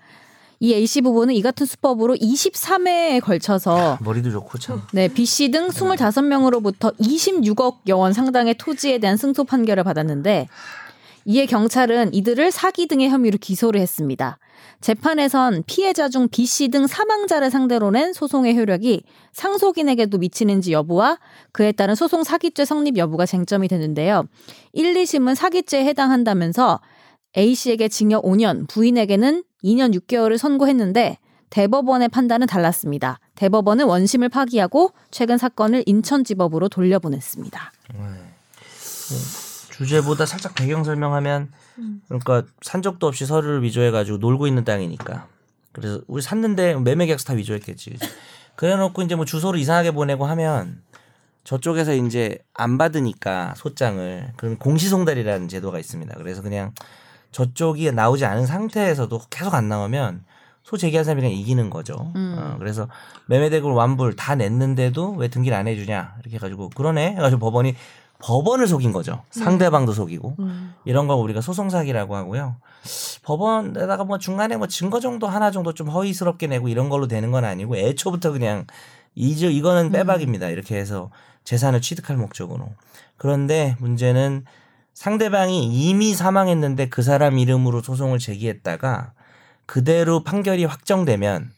D: 이 A씨 부부는 이 같은 수법으로 23회에 걸쳐서
B: 머리도 좋고 참.
D: 네, B 씨 등 25명으로부터 26억 여원 상당의 토지에 대한 승소 판결을 받았는데 이에 경찰은 이들을 사기 등의 혐의로 기소를 했습니다. 재판에선 피해자 중 B 씨 등 사망자를 상대로 낸 소송의 효력이 상속인에게도 미치는지 여부와 그에 따른 소송 사기죄 성립 여부가 쟁점이 되는데요. 1, 2심은 사기죄에 해당한다면서 A 씨에게 징역 5년, 부인에게는 2년 6개월을 선고했는데 대법원의 판단은 달랐습니다. 대법원은 원심을 파기하고 최근 사건을 인천지법으로 돌려보냈습니다.
B: 주제보다 살짝 배경 설명하면
A: 음.
B: 그러니까 산 적도 없이 서류를 위조해가지고 놀고 있는 땅이니까 그래서 우리 샀는데 매매 계약서 다 위조했겠지 그치? 그래놓고 이제 뭐 주소를 이상하게 보내고 하면 저쪽에서 이제 안 받으니까 소장을 그럼 공시송달이라는 제도가 있습니다 그래서 그냥 저쪽이 나오지 않은 상태에서도 계속 안 나오면 소 제기한 사람이 그냥 이기는 거죠
D: 음.
B: 어, 그래서 매매대금 완불 다 냈는데도 왜 등기를 안 해주냐 이렇게 해가지고 그러네 해가지고 법원이 법원을 속인 거죠 상대방도 속이고
A: 음.
B: 이런 걸 우리가 소송 사기라고 하고요. 법원에다가 뭐 중간에 뭐 증거 정도 하나 정도 좀 허위스럽게 내고 이런 걸로 되는 건 아니고 애초부터 그냥 이제 이거는 빼박입니다. 이렇게 해서 재산을 취득할 목적으로. 그런데 문제는 상대방이 이미 사망했는데 그 사람 이름으로 소송을 제기했다가 그대로 판결이 확정되면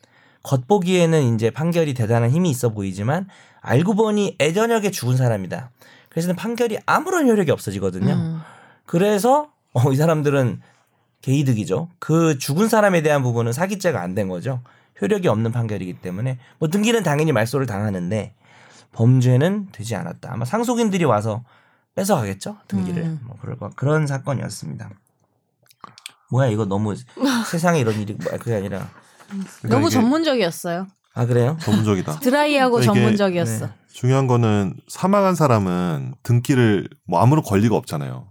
B: 겉보기에는 이제 판결이 대단한 힘이 있어 보이지만 알고 보니 애저녁에 죽은 사람이다. 그래서 판결이 아무런 효력이 없어지거든요.
D: 음.
B: 그래서 어, 이 사람들은 개이득이죠. 그 죽은 사람에 대한 부분은 사기죄가 안 된 거죠. 효력이 없는 판결이기 때문에 뭐 등기는 당연히 말소를 당하는데 범죄는 되지 않았다. 아마 상속인들이 와서 뺏어가겠죠 등기를
D: 음.
B: 뭐 그럴 거 그런 사건이었습니다. 뭐야 이거 너무 세상에 이런 일이 뭐- 그게 아니라
C: 그러니까
D: 너무
C: 이게
D: 전문적이었어요.
B: 아 그래요?
C: 전문적이다.
D: 드라이하고
C: 이게-
D: 전문적이었어.
B: 네.
C: 중요한 거는 사망한 사람은 등기를 뭐 아무런 권리가 없잖아요.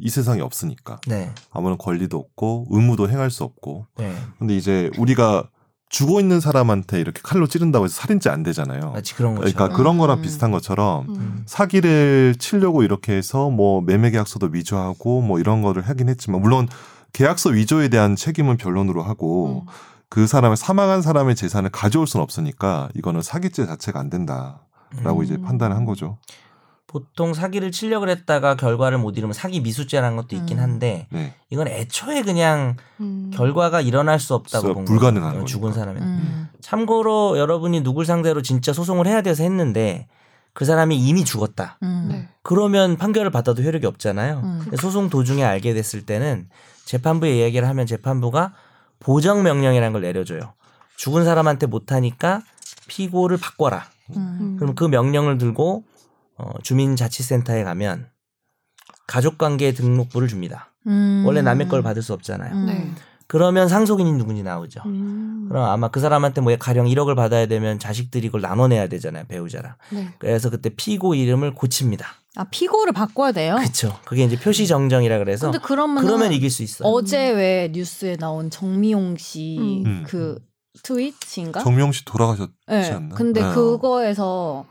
C: 이 세상에 없으니까
B: 네,
C: 아무런 권리도 없고 의무도 행할 수 없고.
B: 네.
C: 근데 이제 우리가 죽어 있는 사람한테 이렇게 칼로 찌른다고 해서 살인죄 안 되잖아요.
B: 마치 그런 거죠.
C: 그러니까 그, 그런 거랑
D: 음.
C: 비슷한 것처럼
A: 음.
C: 사기를 치려고 이렇게 해서 뭐 매매 계약서도 위조하고 뭐 이런 거를 하긴 했지만 물론 계약서 위조에 대한 책임은 변론으로
A: 음.
C: 하고 그 사람의 사망한 사람의 재산을 가져올 수는 없으니까 이거는 사기죄 자체가 안 된다라고
B: 음.
C: 이제 판단을 한 거죠.
B: 보통 사기를 치려고 했다가 결과를 못 이루면 사기 미수죄라는 것도 있긴
D: 음.
B: 한데
C: 네.
B: 이건 애초에 그냥
A: 음.
B: 결과가 일어날 수 없다고
C: 진짜
B: 본
C: 불가능한
B: 거예요. 죽은
C: 거니까.
B: 사람은
D: 음.
B: 참고로 여러분이 누굴 상대로 진짜 소송을 해야 돼서 했는데 그 사람이 이미 죽었다.
D: 음.
A: 네.
B: 그러면 판결을 받아도 효력이 없잖아요.
D: 음.
B: 근데 소송 도중에 알게 됐을 때는 재판부에 이야기를 하면 재판부가 보정 명령이라는 걸 내려줘요. 죽은 사람한테 못하니까 피고를 바꿔라.
D: 음.
B: 그럼 그 명령을 들고 어, 주민자치센터에 가면 가족관계 등록부를 줍니다.
D: 음.
B: 원래 남의 걸 받을 수 없잖아요.
D: 음.
A: 네.
B: 그러면 상속인이 누군지 나오죠.
A: 음.
B: 그럼 아마 그 사람한테 뭐 가령 1억을 받아야 되면 자식들이 이걸 나눠내야 되잖아요 배우자랑.
A: 네.
B: 그래서 그때 피고 이름을 고칩니다.
D: 아 피고를 바꿔야 돼요.
B: 그렇죠. 그게 이제 표시 정정이라 그래서
D: 근데 그러면
B: 그러면 이길 수 있어요.
D: 어제 왜 뉴스에 나온 정미용 씨
A: 음.
D: 그
B: 그러니까?
D: 트윗인가?
C: 정명 씨 돌아가셨.
D: 네.
C: 않나?
D: 근데
C: 네.
D: 그거에서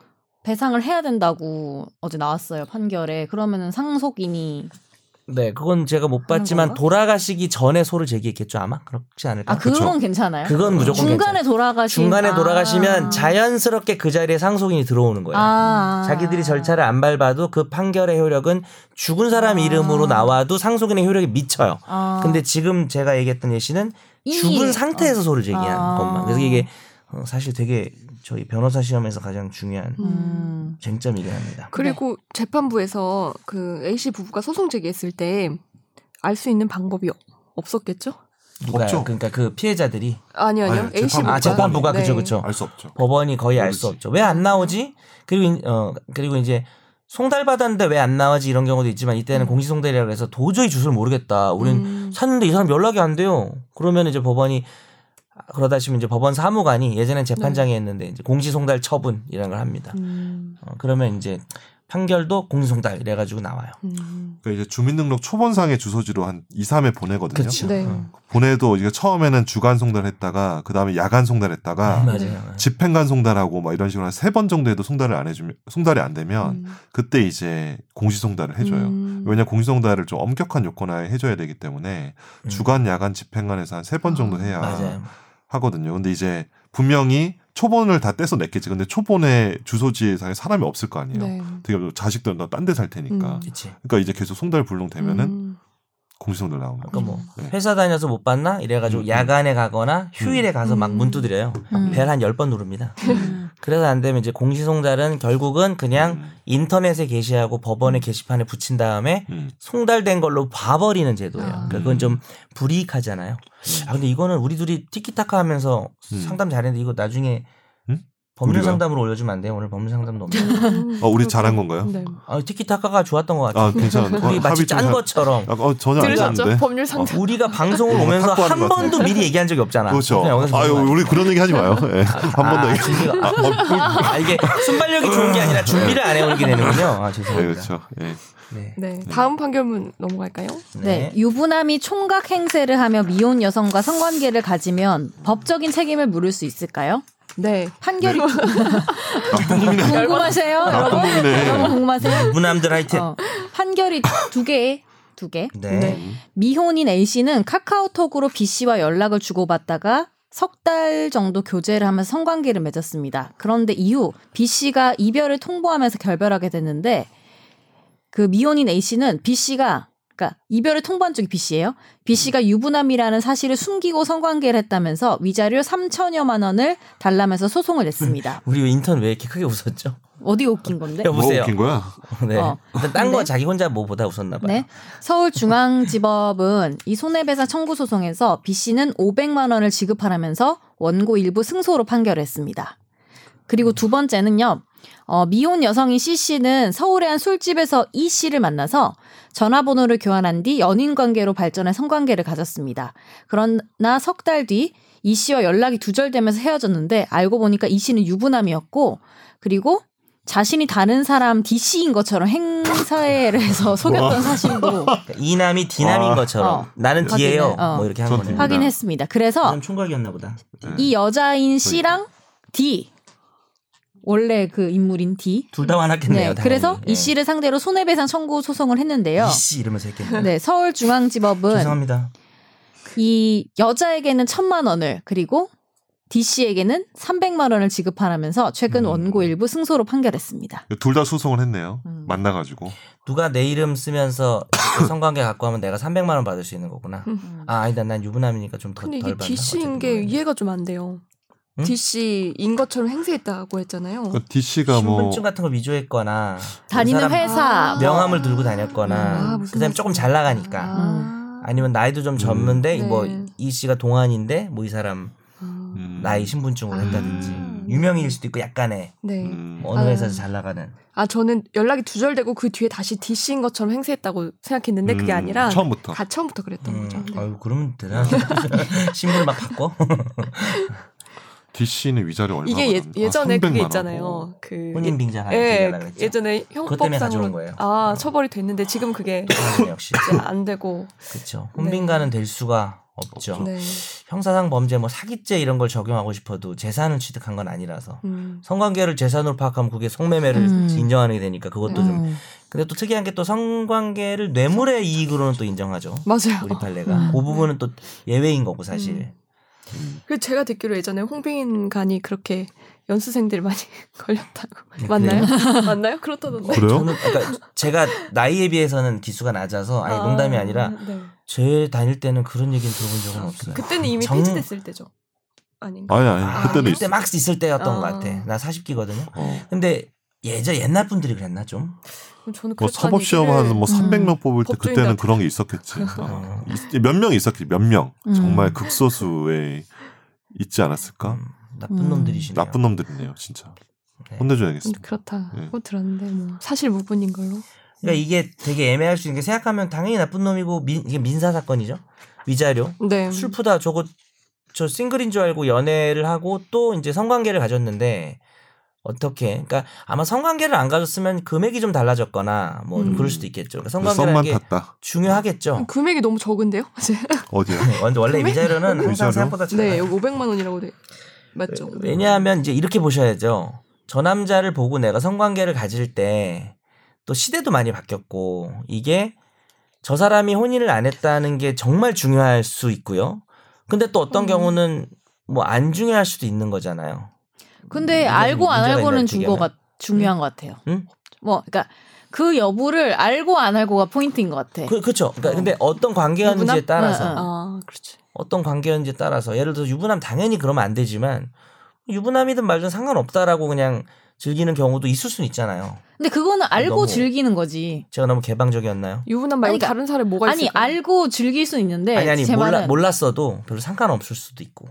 D: 배상을 해야 된다고 어제 나왔어요 판결에. 그러면은 상속인이
B: 네, 그건 제가 못 봤지만
D: 건가?
B: 돌아가시기 전에 소를 제기했겠죠 아마 그렇지 않을까.
D: 아 그건 괜찮아요.
B: 그건 무조건
D: 중간에
B: 괜찮아요.
D: 돌아가시
B: 중간에 돌아가시면
D: 아.
B: 자연스럽게 그 자리에 상속인이 들어오는 거예요.
D: 아.
B: 자기들이 절차를 안 밟아도 그 판결의 효력은 죽은 사람 이름으로
D: 아.
B: 나와도 상속인의 효력이 미쳐요.
D: 아.
B: 근데 지금 제가 얘기했던 예시는
D: 이미-
B: 죽은 상태에서 소를 제기한
D: 아.
B: 것만. 그래서 이게 어, 사실 되게 저희 변호사 시험에서 가장 중요한
D: 어. 음.
B: 쟁점이긴 합니다.
A: 그리고 재판부에서 그 A 씨 부부가 소송 제기했을 때 알 수 있는 방법이 없었겠죠?
B: 누가
C: 없죠.
B: 그러니까 그 피해자들이
A: 아니 아니요.
C: 아니,
A: A 씨
C: 재판부.
A: 부부가
B: 아 재판부가
A: 네.
B: 그죠 그죠.
C: 알 수 없죠.
B: 법원이 거의 알 수
C: 모르지.
B: 없죠. 왜 안 나오지? 그리고 인- 어 그리고 이제 송달 받았는데 왜 안 나오지 이런 경우도 있지만 이때는
D: 음.
B: 공시송달이라고 해서 도저히 주소를 모르겠다. 우리는
A: 음.
B: 샀는데 이 사람 연락이 안 돼요. 그러면 이제 법원이 아, 그러다 치면 이제 법원 사무관이 예전엔 재판장이 했는데 이제 공시송달 처분이라는 걸 합니다.
A: 음.
B: 어, 그러면 이제 판결도 공시송달 이래 가지고 나와요.
A: 음.
C: 그러니까 이제 주민등록 초본상의 주소지로 한 2, 3회 보내거든요.
B: 그렇죠.
A: 네.
B: 어.
C: 보내도 이게 처음에는 주간 송달했다가 그다음에 야간 송달했다가
B: 맞아요.
C: 집행관 송달하고 막 이런 식으로 한 세 번 정도 해도 송달을 안 해주면 송달이 안 되면
A: 음.
C: 그때 이제 공시 송달을 해줘요.
A: 음.
C: 왜냐 공시 송달을 좀 엄격한 요건하에 해줘야 되기 때문에
B: 음.
C: 주간 야간 집행관에서 한 세 번 정도 해야
B: 맞아요.
C: 하거든요. 근데 이제 분명히 초본을 다 떼서 냈겠지. 근데 초본에 주소지상에 사람이 없을 거 아니에요.
A: 네.
C: 되게 뭐 자식들은 딴 데 살 테니까.
A: 음.
B: 그치
C: 그러니까 이제 계속 송달 불능되면은
A: 음.
C: 공시 송달 나오는
B: 아까
C: 거죠.
B: 뭐
C: 네.
B: 회사 다녀서 못 봤나 이래가지고
C: 음.
B: 야간에 가거나 휴일에 가서 막
A: 음.
B: 문 두드려요.
D: 음.
B: 벨 한 열 번 누릅니다.
D: 음.
B: 그래서 안 되면 이제 공시송달은 결국은 그냥
C: 음.
B: 인터넷에 게시하고 법원의 게시판에 붙인 다음에
C: 음.
B: 송달된 걸로 봐버리는 제도예요.
A: 아.
B: 그러니까 그건 좀 불이익하잖아요. 아 근데 이거는 우리 둘이 티키타카 하면서
C: 음.
B: 상담 잘했는데 이거 나중에
C: 음?
B: 법률
C: 우리가요?
B: 상담으로 올려주면 안 돼요? 오늘 법률 상담도 없네.
C: 아, 우리 잘한 건가요?
A: 음, 네.
B: 아, 티키타카가 좋았던 것 같아요.
C: 아, 괜찮은데.
B: 우리 마치 짠 것처럼
C: 아, 어, 전혀 안
A: 들으셨죠?
C: 짰는데.
A: 법률 상담.
B: 우리가 방송을 오면서
C: 뭐 탁구하는
B: 한
C: 것 같아요.
B: 번도 미리 얘기한 적이 없잖아.
C: 그렇죠.
B: 그냥 여기서
C: 아유,
B: 보는 거
C: 우리 그런 얘기 하지 마요. 예. 한 번 더
B: 아,
C: 얘기.
B: 준비가- 아, 아, 이게 순발력이 좋은 게 아니라 준비를 안 해오게 되는군요. 아,
C: 네,
B: 죄송합니다.
C: 그렇죠. 예.
B: 네.
A: 네. 다음 판결문 넘어갈까요?
D: 네. 유부남이 총각 행세를 하며 미혼 여성과 성관계를 가지면 법적인 책임을 물을 수 있을까요?
A: 네.
D: 판결이
C: 나쁜 놈이네.
D: 궁금하세요?
A: 아,
C: 나쁜
D: 여러분? 여러분
C: 아, 놈이네.
D: 궁금하세요?
B: 유부남들 하여튼.
D: 어, 판결이 두 개, 두 개.
B: 네.
A: 네.
D: 미혼인 A 씨는 카카오톡으로 B 씨와 연락을 주고받다가 석 달 정도 교제를 하면서 성관계를 맺었습니다. 그런데 이후 B 씨가 이별을 통보하면서 결별하게 됐는데 그 미혼인 A 씨는 B 씨가 그러니까 이별을 통보한 쪽이 B 씨예요. B 씨가 유부남이라는 사실을 숨기고 성관계를 했다면서 위자료 3천여만 원을 달라면서 소송을 냈습니다.
B: 우리 왜 인턴 왜 이렇게 크게 웃었죠?
D: 어디 웃긴 건데?
C: 뭐
B: 여보세요.
C: 웃긴 거야?
B: 네.
D: 어.
B: 일단 딴 거
D: 네.
B: 자기 혼자 뭐보다 웃었나 봐요.
D: 네. 서울중앙지법은 이 손해배상 청구 소송에서 B 씨는 500만 원을 지급하라면서 원고 일부 승소로 판결했습니다. 그리고 두 번째는요. 어, 미혼 여성인 C 씨는 서울의 한 술집에서 E 씨를 만나서 전화번호를 교환한 뒤 연인 관계로 발전한 성관계를 가졌습니다. 그러나 석 달 뒤 E 씨와 연락이 두절되면서 헤어졌는데 알고 보니까 E 씨는 유부남이었고 그리고 자신이 다른 사람 D 씨인 것처럼 행사회를 해서 속였던 사실도
B: 그러니까 이남이 디남인
C: 아.
B: 것처럼
D: 어.
B: 나는
D: 확인해.
B: 뒤에요.
D: 어.
B: 뭐 이렇게 한
C: 전
B: 거네요.
C: 확인.
D: 확인했습니다. 그래서
B: 그럼 총각이었나 보다.
C: 예.
D: 이 여자인 C랑 D 원래 그 인물인 D
B: 둘 다 화났겠네요.
D: 네,
B: 당연히.
D: 그래서
B: 예.
D: 이 씨를 상대로 손해배상 청구 소송을 했는데요.
B: 이씨 이러면서 했겠네요.
D: 네, 서울중앙지법은
B: 죄송합니다.
D: 이 여자에게는 천만 원을 그리고 D 씨에게는 300만 원을 지급하라면서 최근
B: 음.
D: 원고 일부 승소로 판결했습니다.
C: 둘 다 소송을 했네요.
D: 음.
A: 어?
C: 만나가지고.
B: 누가 내 이름 쓰면서 이렇게 성관계 갖고 하면 내가 300만 원 받을 수 있는 거구나. 아 아니다 난 유부남이니까 좀더
A: 근데
B: 덜 음.
A: 이게
B: 받나.
A: D 씨인
B: 어쨌든
A: 게
B: 간에.
A: 이해가 좀 안 돼요.
B: 응?
A: D 씨인 것처럼 행세했다고 했잖아요.
C: 그러니까 D 씨가 뭐
B: 신분증 같은 거 위조했거나
D: 다니는
B: 그 사람
D: 회사
A: 아.
B: 명함을 들고 다녔거나
A: 아,
B: 그
A: 무슨
B: 사람이 조금 잘 나가니까
A: 아.
B: 아니면 나이도 좀 젊은데
A: 음.
B: 뭐
A: 네.
B: 이 씨가 동안인데 뭐 이 사람
A: 음.
C: 음.
B: 나이 신분증으로 했다든지
C: 음.
B: 유명인일 수도 있고 약간의
A: 네.
C: 음.
B: 뭐 어느
A: 아.
B: 회사에서 잘 나가는
A: 아 저는 연락이 두절되고 그 뒤에 다시 D 씨인 것처럼 행세했다고 생각했는데 그게
C: 음.
A: 아니라
C: 처음부터.
A: 가 처음부터 그랬던
B: 음,
A: 거죠. 네.
B: 아유 그러면 되나 신분을 막 바꿔
C: D 씨는 위자료 얼마
A: 이게 예,
C: 받았나?
A: 예전에
C: 아, 300만
A: 그게
C: 원.
A: 있잖아요. 그
B: 혼인 빙자가
A: 예,
B: 얘기하려고 했죠.
A: 예전에
B: 그것 때문에 가져온
A: 형법상으로
B: 거예요. 어.
A: 아 처벌이 됐는데 지금 그게
B: 그러네, 아, 역시
A: 이제 안 되고
B: 그렇죠. 혼빙가는 될 수가 없죠.
A: 네.
B: 형사상 범죄 뭐 사기죄 이런 걸 적용하고 싶어도 재산을 취득한 건 아니라서
A: 음.
B: 성관계를 재산으로 파악하면 그게 성매매를
D: 음.
B: 인정하는 게 되니까 그것도 좀.
D: 음.
B: 근데 또 특이한 게 또 성관계를 뇌물의 이익으로는 또 인정하죠.
A: 맞아요.
B: 우리 판례가
D: 음.
B: 그 부분은 또 예외인 거고 사실.
A: 그 제가 듣기로 예전에 홍빈 간이 그렇게 연수생들 많이 걸렸다고
B: 네,
A: 맞나요? 맞나요? 그렇다던데.
C: 그래요?
B: 저는 그러니까 제가 나이에 비해서는 기수가 낮아서 아니 농담이 아니라
A: 네.
B: 제 다닐 때는 그런 얘기는 들어본 적은 없어요.
A: 아, 그때는 이미
B: 정-
A: 폐지됐을 때죠. 아닌가?
C: 아니 아니
B: 아,
C: 그때도
B: 그때
C: 있어.
B: 막 있을 때였던 것
A: 아.
B: 같아. 나 40기거든요.
C: 어.
B: 근데 예전 옛날 분들이 그랬나 좀?
A: 그럼 저는
C: 뭐
A: 그랬다는
C: 사법 시험
A: 얘기를-
C: 하는 뭐
D: 음.
C: 300명 뽑을 때 그때는
A: 법조인들한테.
C: 그런 게 있었겠지.
B: 어.
C: 몇 명 있었지. 몇 명.
D: 음.
C: 정말 극소수에 있지 않았을까?
B: 음, 나쁜
D: 음.
B: 놈들이시네요.
C: 그러니까. 나쁜 놈들이네요, 진짜.
B: 네.
A: 좀
C: 혼내줘야겠습니다.
A: 그렇다고 들었는데 뭐 사실 무분인 걸로.
B: 그러니까 이게 되게 애매할 수 있는 게 생각하면 당연히 나쁜 놈이고 민, 이게 민사 사건이죠. 위자료.
A: 네.
B: 슬프다. 저거 저 싱글인 줄 알고 연애를 하고 또 이제 성관계를 가졌는데 어떻게? 그러니까 아마 성관계를 안 가졌으면 금액이 좀 달라졌거나 뭐 좀
A: 음.
B: 그럴 수도 있겠죠. 그러니까 성관계라는
C: 썸만
B: 게
C: 탔다. 어.
B: 중요하겠죠.
A: 금액이 너무 적은데요?
C: 어디야?
B: 네, 원래- 원래
A: 금액?
B: 위자료는 항상
C: 위자료?
B: 생각보다 잘
A: 네, 여기 500만 원이라고 돼. 맞죠?
B: 네.
A: 그렇죠.
C: 네,
B: 왜냐하면 이제 이렇게 보셔야죠. 저 남자를 보고 내가 성관계를 가질 때 또 시대도 많이 바뀌었고 이게 저 사람이 혼인을 안 했다는 게 정말 중요할 수 있고요. 근데 또 어떤
A: 음.
B: 경우는 뭐 안 중요할 수도 있는 거잖아요. 음,
D: 근데
B: 문제가
D: 알고 안
B: 있나요,
D: 알고는
B: 어떻게
D: 중거
B: 하면?
D: 같 중요한 것 같아요.
B: 응?
D: 뭐 그러니까 그 여부를 알고 안 알고가 포인트인 것 같아.
B: 그 그렇죠. 그러니까 근데 어떤 관계였는지에
A: 네. 유부남?
B: 따라서
D: 응, 응.
A: 아, 그렇지.
B: 어떤 관계였는지에 따라서 예를 들어 서 유부남 당연히 그러면 안 되지만 유부남이든 말든 상관없다라고 그냥 즐기는 경우도 있을 수는 있잖아요.
D: 근데 그거는 알고
B: 너무-
D: 즐기는 거지.
B: 제가 너무 개방적이었나요?
A: 유부남 말고
D: 아니, 그러니까-
A: 다른 사람이 뭐가
D: 아니
A: 있을까?
D: 알고 즐길 수 있는데
B: 아니 아니
D: 네, 제
B: 몰라
D: 말은
B: 몰랐어도 별로 상관없을 수도 있고.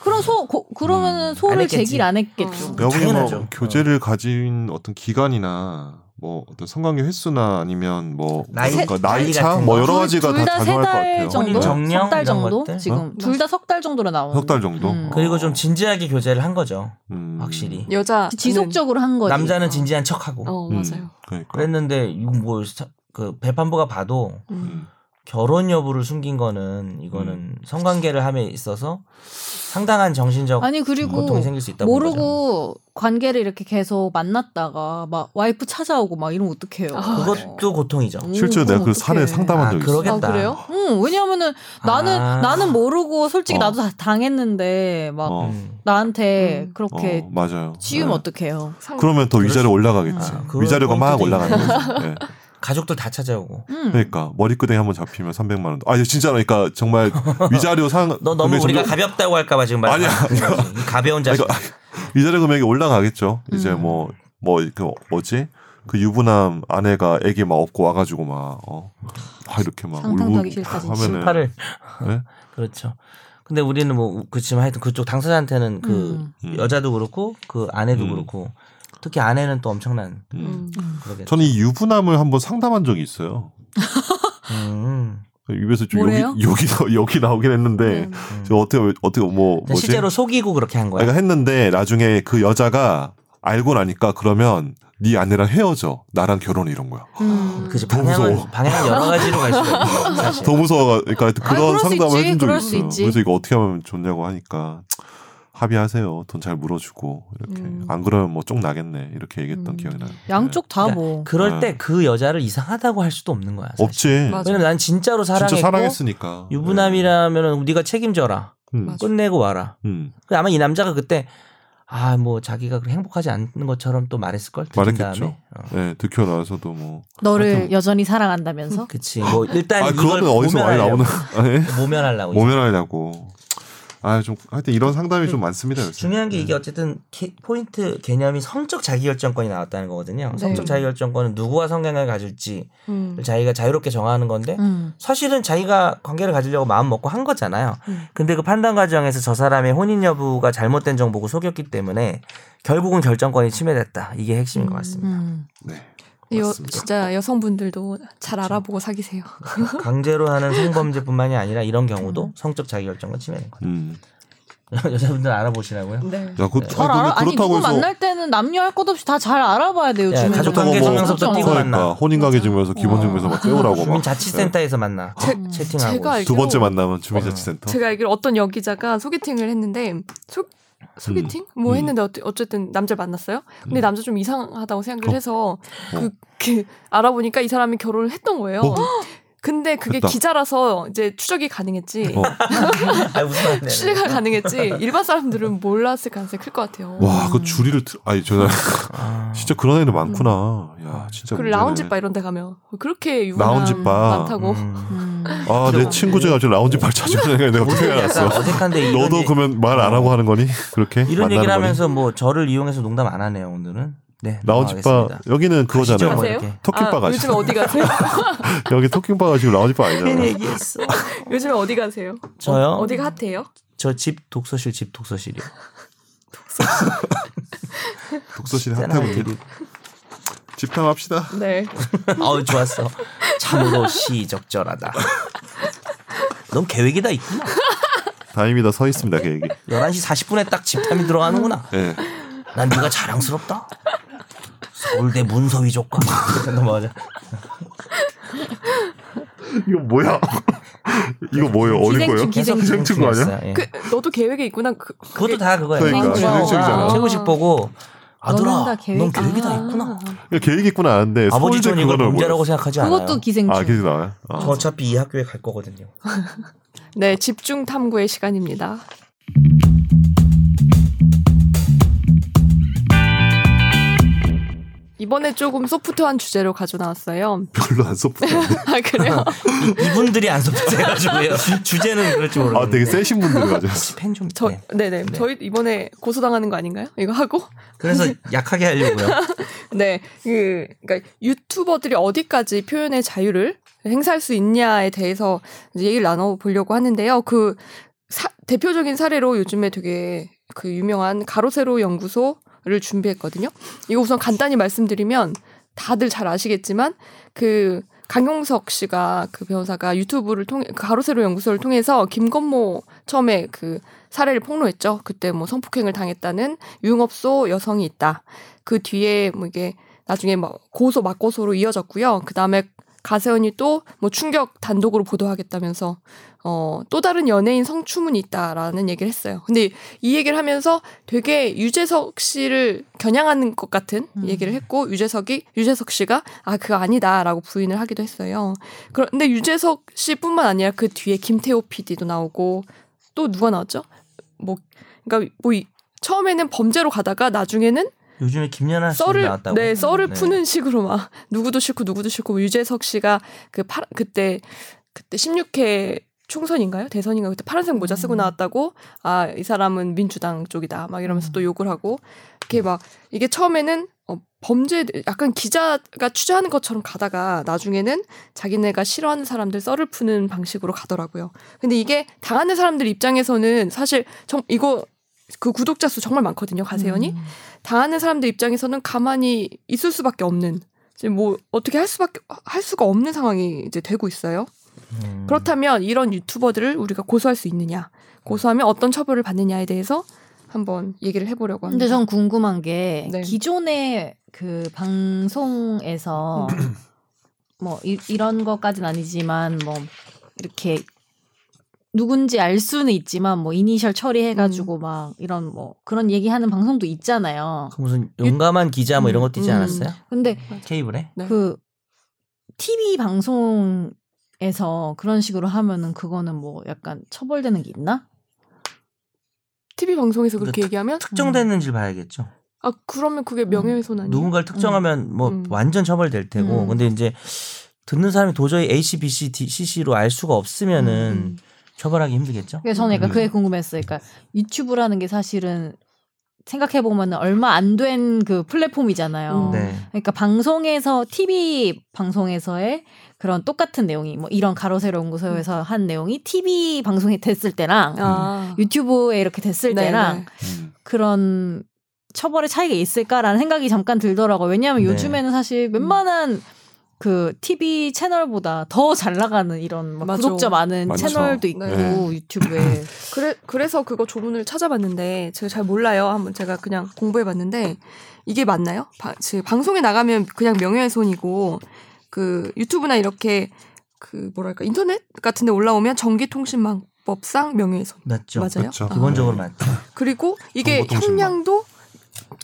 D: 그럼 소 고- 그러면은 소를
B: 음, 했겠지.
D: 제기를 안 했겠죠.
A: 어.
C: 여분이
B: 당연하죠. 어.
C: 뭐 교재를 가진 어떤 기간이나 뭐 어떤 성관계 횟수나 아니면 뭐
B: 나이,
C: 그러니까 나이
B: 나이
C: 차
B: 같은
C: 뭐
B: 거. 그렇죠.
C: 여러 가지가 다
D: 둘다
C: 작용할 것
D: 세
C: 같아요.
D: 달 정도,
B: 혼인 정령
D: 석 달
B: 이런
D: 정도
B: 것들?
D: 지금
A: 어?
D: 둘 다 석 달 정도로 나오는.
C: 석 달 정도.
D: 음.
B: 그리고 좀 진지하게 교제를 한 거죠.
C: 음.
B: 확실히.
A: 여자
D: 지속적으로 한 거지.
B: 남자는 진지한 척하고
A: 어
C: 음,
A: 맞아요.
C: 그러니까.
B: 그랬는데 이거 뭐그 배판부가 봐도
A: 음.
C: 음.
B: 결혼 여부를 숨긴 거는 이거는 성관계를 함에 있어서 상당한 정신적
D: 아니 그리고
B: 고통이 생길 수 있다 거죠.
D: 모르고 관계를 이렇게 계속 만났다가 막 와이프 찾아오고 막 이러면 어떡해요.
A: 아.
B: 그것도 고통이죠.
D: 오,
C: 실제로
D: 음, 그럼
C: 내가 그
D: 어떡해.
C: 사례 상담한
B: 아,
C: 적이 있어.
B: 그러겠-
D: 아, 그래요? 응, 왜냐면은 나는
B: 아.
D: 나는 모르고 솔직히
C: 어.
D: 나도 다 당했는데 막
C: 어,
B: 음.
D: 나한테
A: 음.
D: 그렇게
C: 어, 맞아요.
D: 지우면
C: 네.
D: 어떡해요?
A: 상-
C: 그러면 더 위자료 올라가겠지.
B: 아, 그럴
C: 위자료가 막
B: 뻥튀기.
C: 올라가는 거지. 예.
B: 가족들 다 찾아오고
D: 음.
C: 그러니까 머리끄댕이 한번 잡히면 300만 원. 아, 이거 진짜 그러니까 정말 위자료 상
B: 너 너무
C: 금액이
B: 우리가
C: 점점-
B: 가볍다고 할까봐 지금 말
C: 아니야.
B: 이 가벼운
C: 아니,
B: 자식
C: 그러니까 위자료 금액이 올라가겠죠. 이제
D: 음.
C: 뭐 뭐 그 뭐지? 그 유부남 아내가 애기 막 업고 와가지고 막 어. 아, 이렇게 막
D: 상상도
C: 울고
D: 하기 싫다, 진짜.
C: 하면은
B: 심파를
C: 네?
B: 그렇죠. 근데 우리는 뭐 그렇지만 하여튼 그쪽 당사자한테는 그
D: 음.
C: 음.
B: 여자도 그렇고 그 아내도
C: 음.
B: 그렇고 특히 아내는 또 엄청난
C: 음.
A: 음.
B: 그러겠죠.
C: 저는 이 유부남을 한번 상담한 적이 있어요.
B: 음.
C: 입에서 좀
D: 뭐래요?
C: 여기 여기 나- 여기 나오긴 했는데
D: 음.
B: 음.
C: 저 어떻게 어떻게 뭐
B: 근데
C: 뭐지?
B: 네, 실제로 속이고 그렇게 한 거야.
C: 그러니까 했는데 나중에 그 여자가 알고 나니까 그러면 네 아내랑 헤어져 나랑 결혼해 이런 거야.
D: 음.
B: 그치
C: 더
B: 방향을
C: 무서워.
B: 방향 여러 가지로 갈 수가 있어. 사실.
C: 더 무서워. 그러니까 그런
D: 그럴 수
C: 상담을
D: 있지,
C: 해준 적이
D: 그럴 수
C: 있어요.
D: 있지.
C: 그래서 이거 어떻게 하면 좋냐고 하니까 합의하세요. 돈 잘 물어주고 이렇게
A: 음.
C: 안 그러면 뭐 쪽 나겠네 이렇게 얘기했던
D: 음.
C: 기억이 나요.
D: 양쪽 다
B: 그러니까
D: 뭐.
B: 그럴
C: 네.
B: 때 그 여자를 이상하다고 할 수도 없는 거야.
C: 네.
B: 사실.
C: 없지.
A: 맞아.
B: 왜냐면 난 진짜로 사랑했고
C: 진짜 사랑했으니까.
B: 유부남이라면 네가 책임져라.
C: 네. 음.
A: 맞아.
B: 끝내고 와라.
C: 음.
B: 그 아마 이 남자가 그때 아 뭐 자기가 그렇게 행복하지 않는 것처럼 또 말했을 걸.
C: 말했겠죠.
B: 다음에. 어.
C: 네, 들켜 나와서도 뭐.
D: 너를
C: 하여튼-
D: 여전히 사랑한다면서?
B: 그치. 뭐 일단
C: 아,
B: 이걸
C: 그거는 어디서 많이
B: 모면하려고.
C: 나오는. 아니,
B: 모면하려고. 이제.
C: 모면하려고. 아, 좀 하여튼 이런 상담이 좀 많습니다. 요새. 네.
B: 중요한 게 이게 어쨌든 키- 포인트 개념이 성적 자기결정권이 나왔다는 거거든요.
A: 네.
B: 성적 자기결정권은 누구와 성향을 가질지
A: 음.
B: 자기가 자유롭게 정하는 건데
D: 음.
B: 사실은 자기가 관계를 가지려고 마음 먹고 한 거잖아요.
A: 음.
B: 근데 그 판단 과정에서 저 사람의 혼인 여부가 잘못된 정보고 속였기 때문에 결국은 결정권이 침해됐다. 이게 핵심인 것 같습니다.
D: 음.
C: 네.
A: 여,
C: 맞습니다. 그렇죠.
A: 진짜 여성분들도 잘 알아보고 사귀세요.
B: 강제로 하는 성범죄뿐만이 아니라 이런 경우도
D: 음.
B: 성적 자기결정권 침해인 거죠.
C: 음.
B: 여자분들 알아보시라고요.
A: 네.
C: 야, 그,
D: 잘 알아. 아니 누구
C: 그렇다고 해서
D: 만날 때는 남녀 할 것 없이 다 잘 알아봐야 돼요. 요즘에는.
B: 네, 가족
C: 그렇다고
B: 관계
C: 뭐
B: 증명서부터 띄고
D: 그렇죠.
B: 만나. 어.
C: 그러니까 혼인가계 증명서, 기본 증명서 막 네. 떼우라고 막.
B: 주민자치센터에서 만나.
A: 제,
B: 채팅하고.
A: 아, 제가 알기로
C: 두 번째 만남은 주민자치센터.
A: 제가 알기로 어떤 여기자가 소개팅을 했는데 소, 소개팅 뭐
C: 음.
A: 했는데 어째- 어쨌든 남자를 만났어요. 근데
C: 음.
A: 남자 좀 이상하다고 생각을
C: 어.
A: 해서 그, 그 알아보니까 이 사람이 결혼을 했던 거예요.
C: 어?
A: 근데 그게
C: 됐다.
A: 기자라서 이제 추적이 가능했지.
C: 어.
B: 아, 무슨 말이냐.
A: 취재가 가능했지. 일반 사람들은 몰랐을 가능성이 클 것 같아요.
C: 와, 그 주리를 들, 아니, 저,
B: 아.
C: 진짜 그런 애들 많구나. 야, 진짜.
A: 그리고
C: 문제네.
A: 라운지 바 이런 데 가면 그렇게 유부남
C: 라운지 바.
A: 많다고.
B: 음.
D: 음.
C: 아, 내 친구 중에 갑자기 라운지 발 찾으는 애가 내가 어떻게
B: 약간
C: 알았어.
B: 어색한데 아, 이런
C: 너도
B: 얘기-
C: 그러면 말 안 하고 하는 거니? 그렇게?
B: 이런
C: 만나는
B: 얘기를
C: 거니?
B: 하면서 뭐 저를 이용해서 농담 안 하네요 오늘은. 네.
C: 라운지 바,
B: 넘어가겠습니다.
C: 여기는 그거잖아요.
B: 가시죠, 뭐
A: 가세요?
B: 이렇게.
C: 토끼바가
A: 아, 요즘 어디 가세요?
C: 여기 토킹바가 지금 라운지 바
B: 괜히
C: 아니잖아.
B: 얘기했어.
A: 요즘 어디 가세요?
B: 저요?
A: 어, 디가 핫해요?
B: 저 집 독서실 집 독서실이요.
C: 독서실
B: 짠하게
C: 핫하고
B: 얘기-
C: 집탐합시다.
A: 네.
B: 아우 좋았어. 참으로 시적절하다. 넌 계획이 다 있구나.
C: 다임이다 서 있습니다, 그 얘기.
B: 11시 40분에 딱 집탐이 들어가는구나.
C: 예.
B: 난 네가 자랑스럽다. 서울대 문서위족과 넘어가자.
C: 이거 뭐야? 이거 뭐예요? 어린
D: 기생충,
C: 거예요?
D: 기생충.
C: 기생충 거 아니야?
B: 기생충이었어요. 예.
A: 그 너도 계획에 있구나. 그,
B: 그것도 다 그거예요.
C: 그러니까,
D: 기생충이잖아.
B: 최고식 보고
D: 너는 다
B: 아들아,
D: 계획-
B: 넌 계획이 다
D: 아.
B: 있구나.
C: 이거 계획 있구나 아는데
B: 아버지
C: 서울대
B: 전 이걸
C: 그거를
B: 문제라고
C: 모르겠어.
B: 생각하지 않아요.
D: 그것도 기생충.
C: 아, 계속 나와요? 아.
B: 저 어차피 이 학교에 갈 거거든요.
A: 네, 집중 탐구의 시간입니다. 이번에 조금 소프트한 주제로 가져 나왔어요.
C: 별로 안 소프트한데.
A: 아 그래요?
B: 이- 이분들이 안 섭섭해가지고요. 주제는 그럴지 모르겠는데.
C: 아, 되게 세신 분들이 가졌어.
B: 펜좀
A: 저
B: 네.
A: 네네
B: 네.
A: 저희 이번에 고소당하는 거 아닌가요? 이거 하고
B: 그래서 약하게 하려고요.
A: 네, 그, 그러니까 유튜버들이 어디까지 표현의 자유를 행사할 수 있냐에 대해서 이제 얘기를 나눠보려고 하는데요. 그 사- 대표적인 사례로 요즘에 되게 그 유명한 가로세로 연구소를 준비했거든요. 이거 우선 간단히 말씀드리면 다들 잘 아시겠지만 그 강용석 씨가 그 변호사가 유튜브를 통해 그 가로세로 연구소를 통해서 김건모 처음에 그 사례를 폭로했죠. 그때 뭐 성폭행을 당했다는 유흥업소 여성이 있다. 그 뒤에 뭐 이게 나중에 뭐 고소 맞고소로 이어졌고요. 그 다음에 가세현이 또 뭐 충격 단독으로 보도하겠다면서 어, 또 다른 연예인 성추문이 있다라는 얘기를 했어요. 근데 이 얘기를 하면서 되게 유재석 씨를 겨냥하는 것 같은
D: 음.
A: 얘기를 했고 유재석이 유재석 씨가 아 그거 아니다라고 부인을 하기도 했어요. 그런데 유재석 씨뿐만 아니라 그 뒤에 김태호 PD도 나오고 또 누가 나왔죠? 뭐 그러니까 뭐 이- 처음에는 범죄로 가다가 나중에는
B: 요즘에 김연아 씨
A: 썰을
B: 나왔다고.
A: 네 썰을
B: 네.
A: 푸는 식으로 막 누구도 싫고 누구도 싫고 뭐 유재석 씨가 그 파, 그때 그때 16회 총선인가요 대선인가 그때 파란색 모자 쓰고
D: 음.
A: 나왔다고 아 이 사람은 민주당 쪽이다 막 이러면서
B: 음.
A: 또 욕을 하고 이렇게 막 이게 처음에는 어, 범죄 약간 기자가 취재하는 것처럼 가다가 나중에는 자기네가 싫어하는 사람들 썰을 푸는 방식으로 가더라고요. 근데 이게 당하는 사람들 입장에서는 사실 정, 이거 그 구독자 수 정말 많거든요 가세현이
D: 음.
A: 당하는 사람들 입장에서는 가만히 있을 수밖에 없는 지금 뭐 어떻게 할 수밖에 할 수가 없는 상황이 이제 되고 있어요.
B: 음.
A: 그렇다면 이런 유튜버들을 우리가 고소할 수 있느냐, 고소하면 어떤 처벌을 받느냐에 대해서 한번 얘기를 해보려고 합니다.
D: 근데 전 궁금한 게
A: 네.
D: 기존의 그 방송에서 뭐 이, 이런 것까지는 아니지만 뭐 이렇게 누군지 알 수는 있지만 뭐 이니셜 처리해가지고
A: 음.
D: 막 이런 뭐 그런 얘기하는 방송도 있잖아요.
B: 그 무슨 용감한 기자 뭐 이런 것도 있지
A: 음.
B: 않았어요?
D: 근데
B: 케이블에?
A: 네.
D: 그 TV 방송에서 그런 식으로 하면은 그거는 뭐 약간 처벌되는 게 있나?
A: TV 방송에서 그렇게
B: 그
A: 얘기하면
B: 특정됐는지 를 봐야겠죠.
A: 아 그러면 그게 명예훼손 아니에요?
B: 누군가를 특정하면 뭐
A: 음.
B: 완전 처벌될 테고.
A: 음.
B: 근데 이제 듣는 사람이 도저히 A, C, B, C, D, C, C로 알 수가 없으면은
A: 음. 네.
B: 처벌하기 힘들겠죠.
D: 그래서 저는 약간
C: 음.
D: 그게 궁금했어요. 그러니까 유튜브라는 게 사실은 생각해 보면 얼마 안 된 그 플랫폼이잖아요.
A: 음.
B: 네.
D: 그러니까 방송에서 TV 방송에서의 그런 똑같은 내용이 뭐 이런 가로세로 연구소에서 한 내용이 TV 방송이 됐을 때랑
A: 아.
D: 유튜브에 이렇게 됐을
A: 네, 네.
D: 때랑
C: 음.
D: 그런 처벌의 차이가 있을까라는 생각이 잠깐 들더라고요. 왜냐하면
B: 네.
D: 요즘에는 사실 웬만한 그 TV 채널보다 더 잘 나가는 이런 막
A: 맞아.
D: 구독자 많은
C: 많죠.
D: 채널도 있고
C: 네.
D: 유튜브에
A: 그래 그래서 그거 조문을 찾아봤는데 제가 잘 몰라요. 한번 제가 그냥 공부해봤는데 이게 맞나요? 바- 즉, 방송에 나가면 그냥 명예훼손이고 그 유튜브나 이렇게 그 뭐랄까 인터넷 같은데 올라오면 정기통신망법상 명예훼손
B: 맞죠.
A: 맞아요?
C: 그렇죠.
A: 아.
B: 기본적으로 맞죠.
A: 그리고 이게
C: 정보통신망.
A: 형량도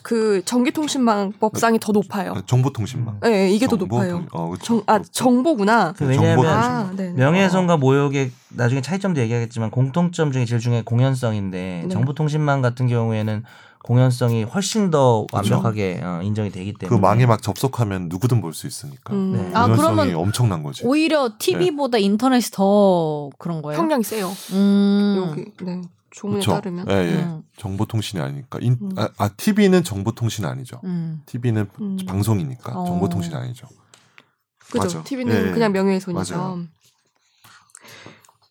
A: 그 정기통신망법상이 더 높아요.
C: 정보통신망.
A: 예, 네, 이게 더
C: 정보
A: 높아요.
C: 통신- 어, 그렇죠.
A: 정 아 정보구나.
B: 그
C: 정보
B: 왜냐하면
C: 통신.
A: 아, 네.
B: 명예훼손과 모욕의 나중에 차이점도 얘기하겠지만 공통점 중에 제일 중요한 게 공연성인데
A: 네.
B: 정보통신망 같은 경우에는 공연성이 훨씬 더
C: 그렇죠.
B: 완벽하게 어, 인정이 되기 때문에
C: 그 망에 막 접속하면 누구든 볼 수 있으니까.
A: 음,
B: 네.
D: 아,
C: 아, 그러면
D: 그러면
C: 엄청난 거지.
D: 오히려 TV보다 인터넷이 더 그런 거예요.
A: 형량이 세요.
D: 음.
A: 여기 네 조문에
C: 그렇죠.
A: 따르면
C: 예, 예.
B: 네.
D: 음.
C: 정보통신이 아니니까. 인,
A: 음.
C: 아, 아, TV는 정보통신 아니죠.
D: 음.
C: TV는
A: 음.
C: 방송이니까
D: 어.
C: 정보통신 아니죠.
A: 그죠.
C: 맞아.
A: TV는
C: 예,
A: 그냥
C: 예.
A: 명예훼손이죠.
C: 맞아요.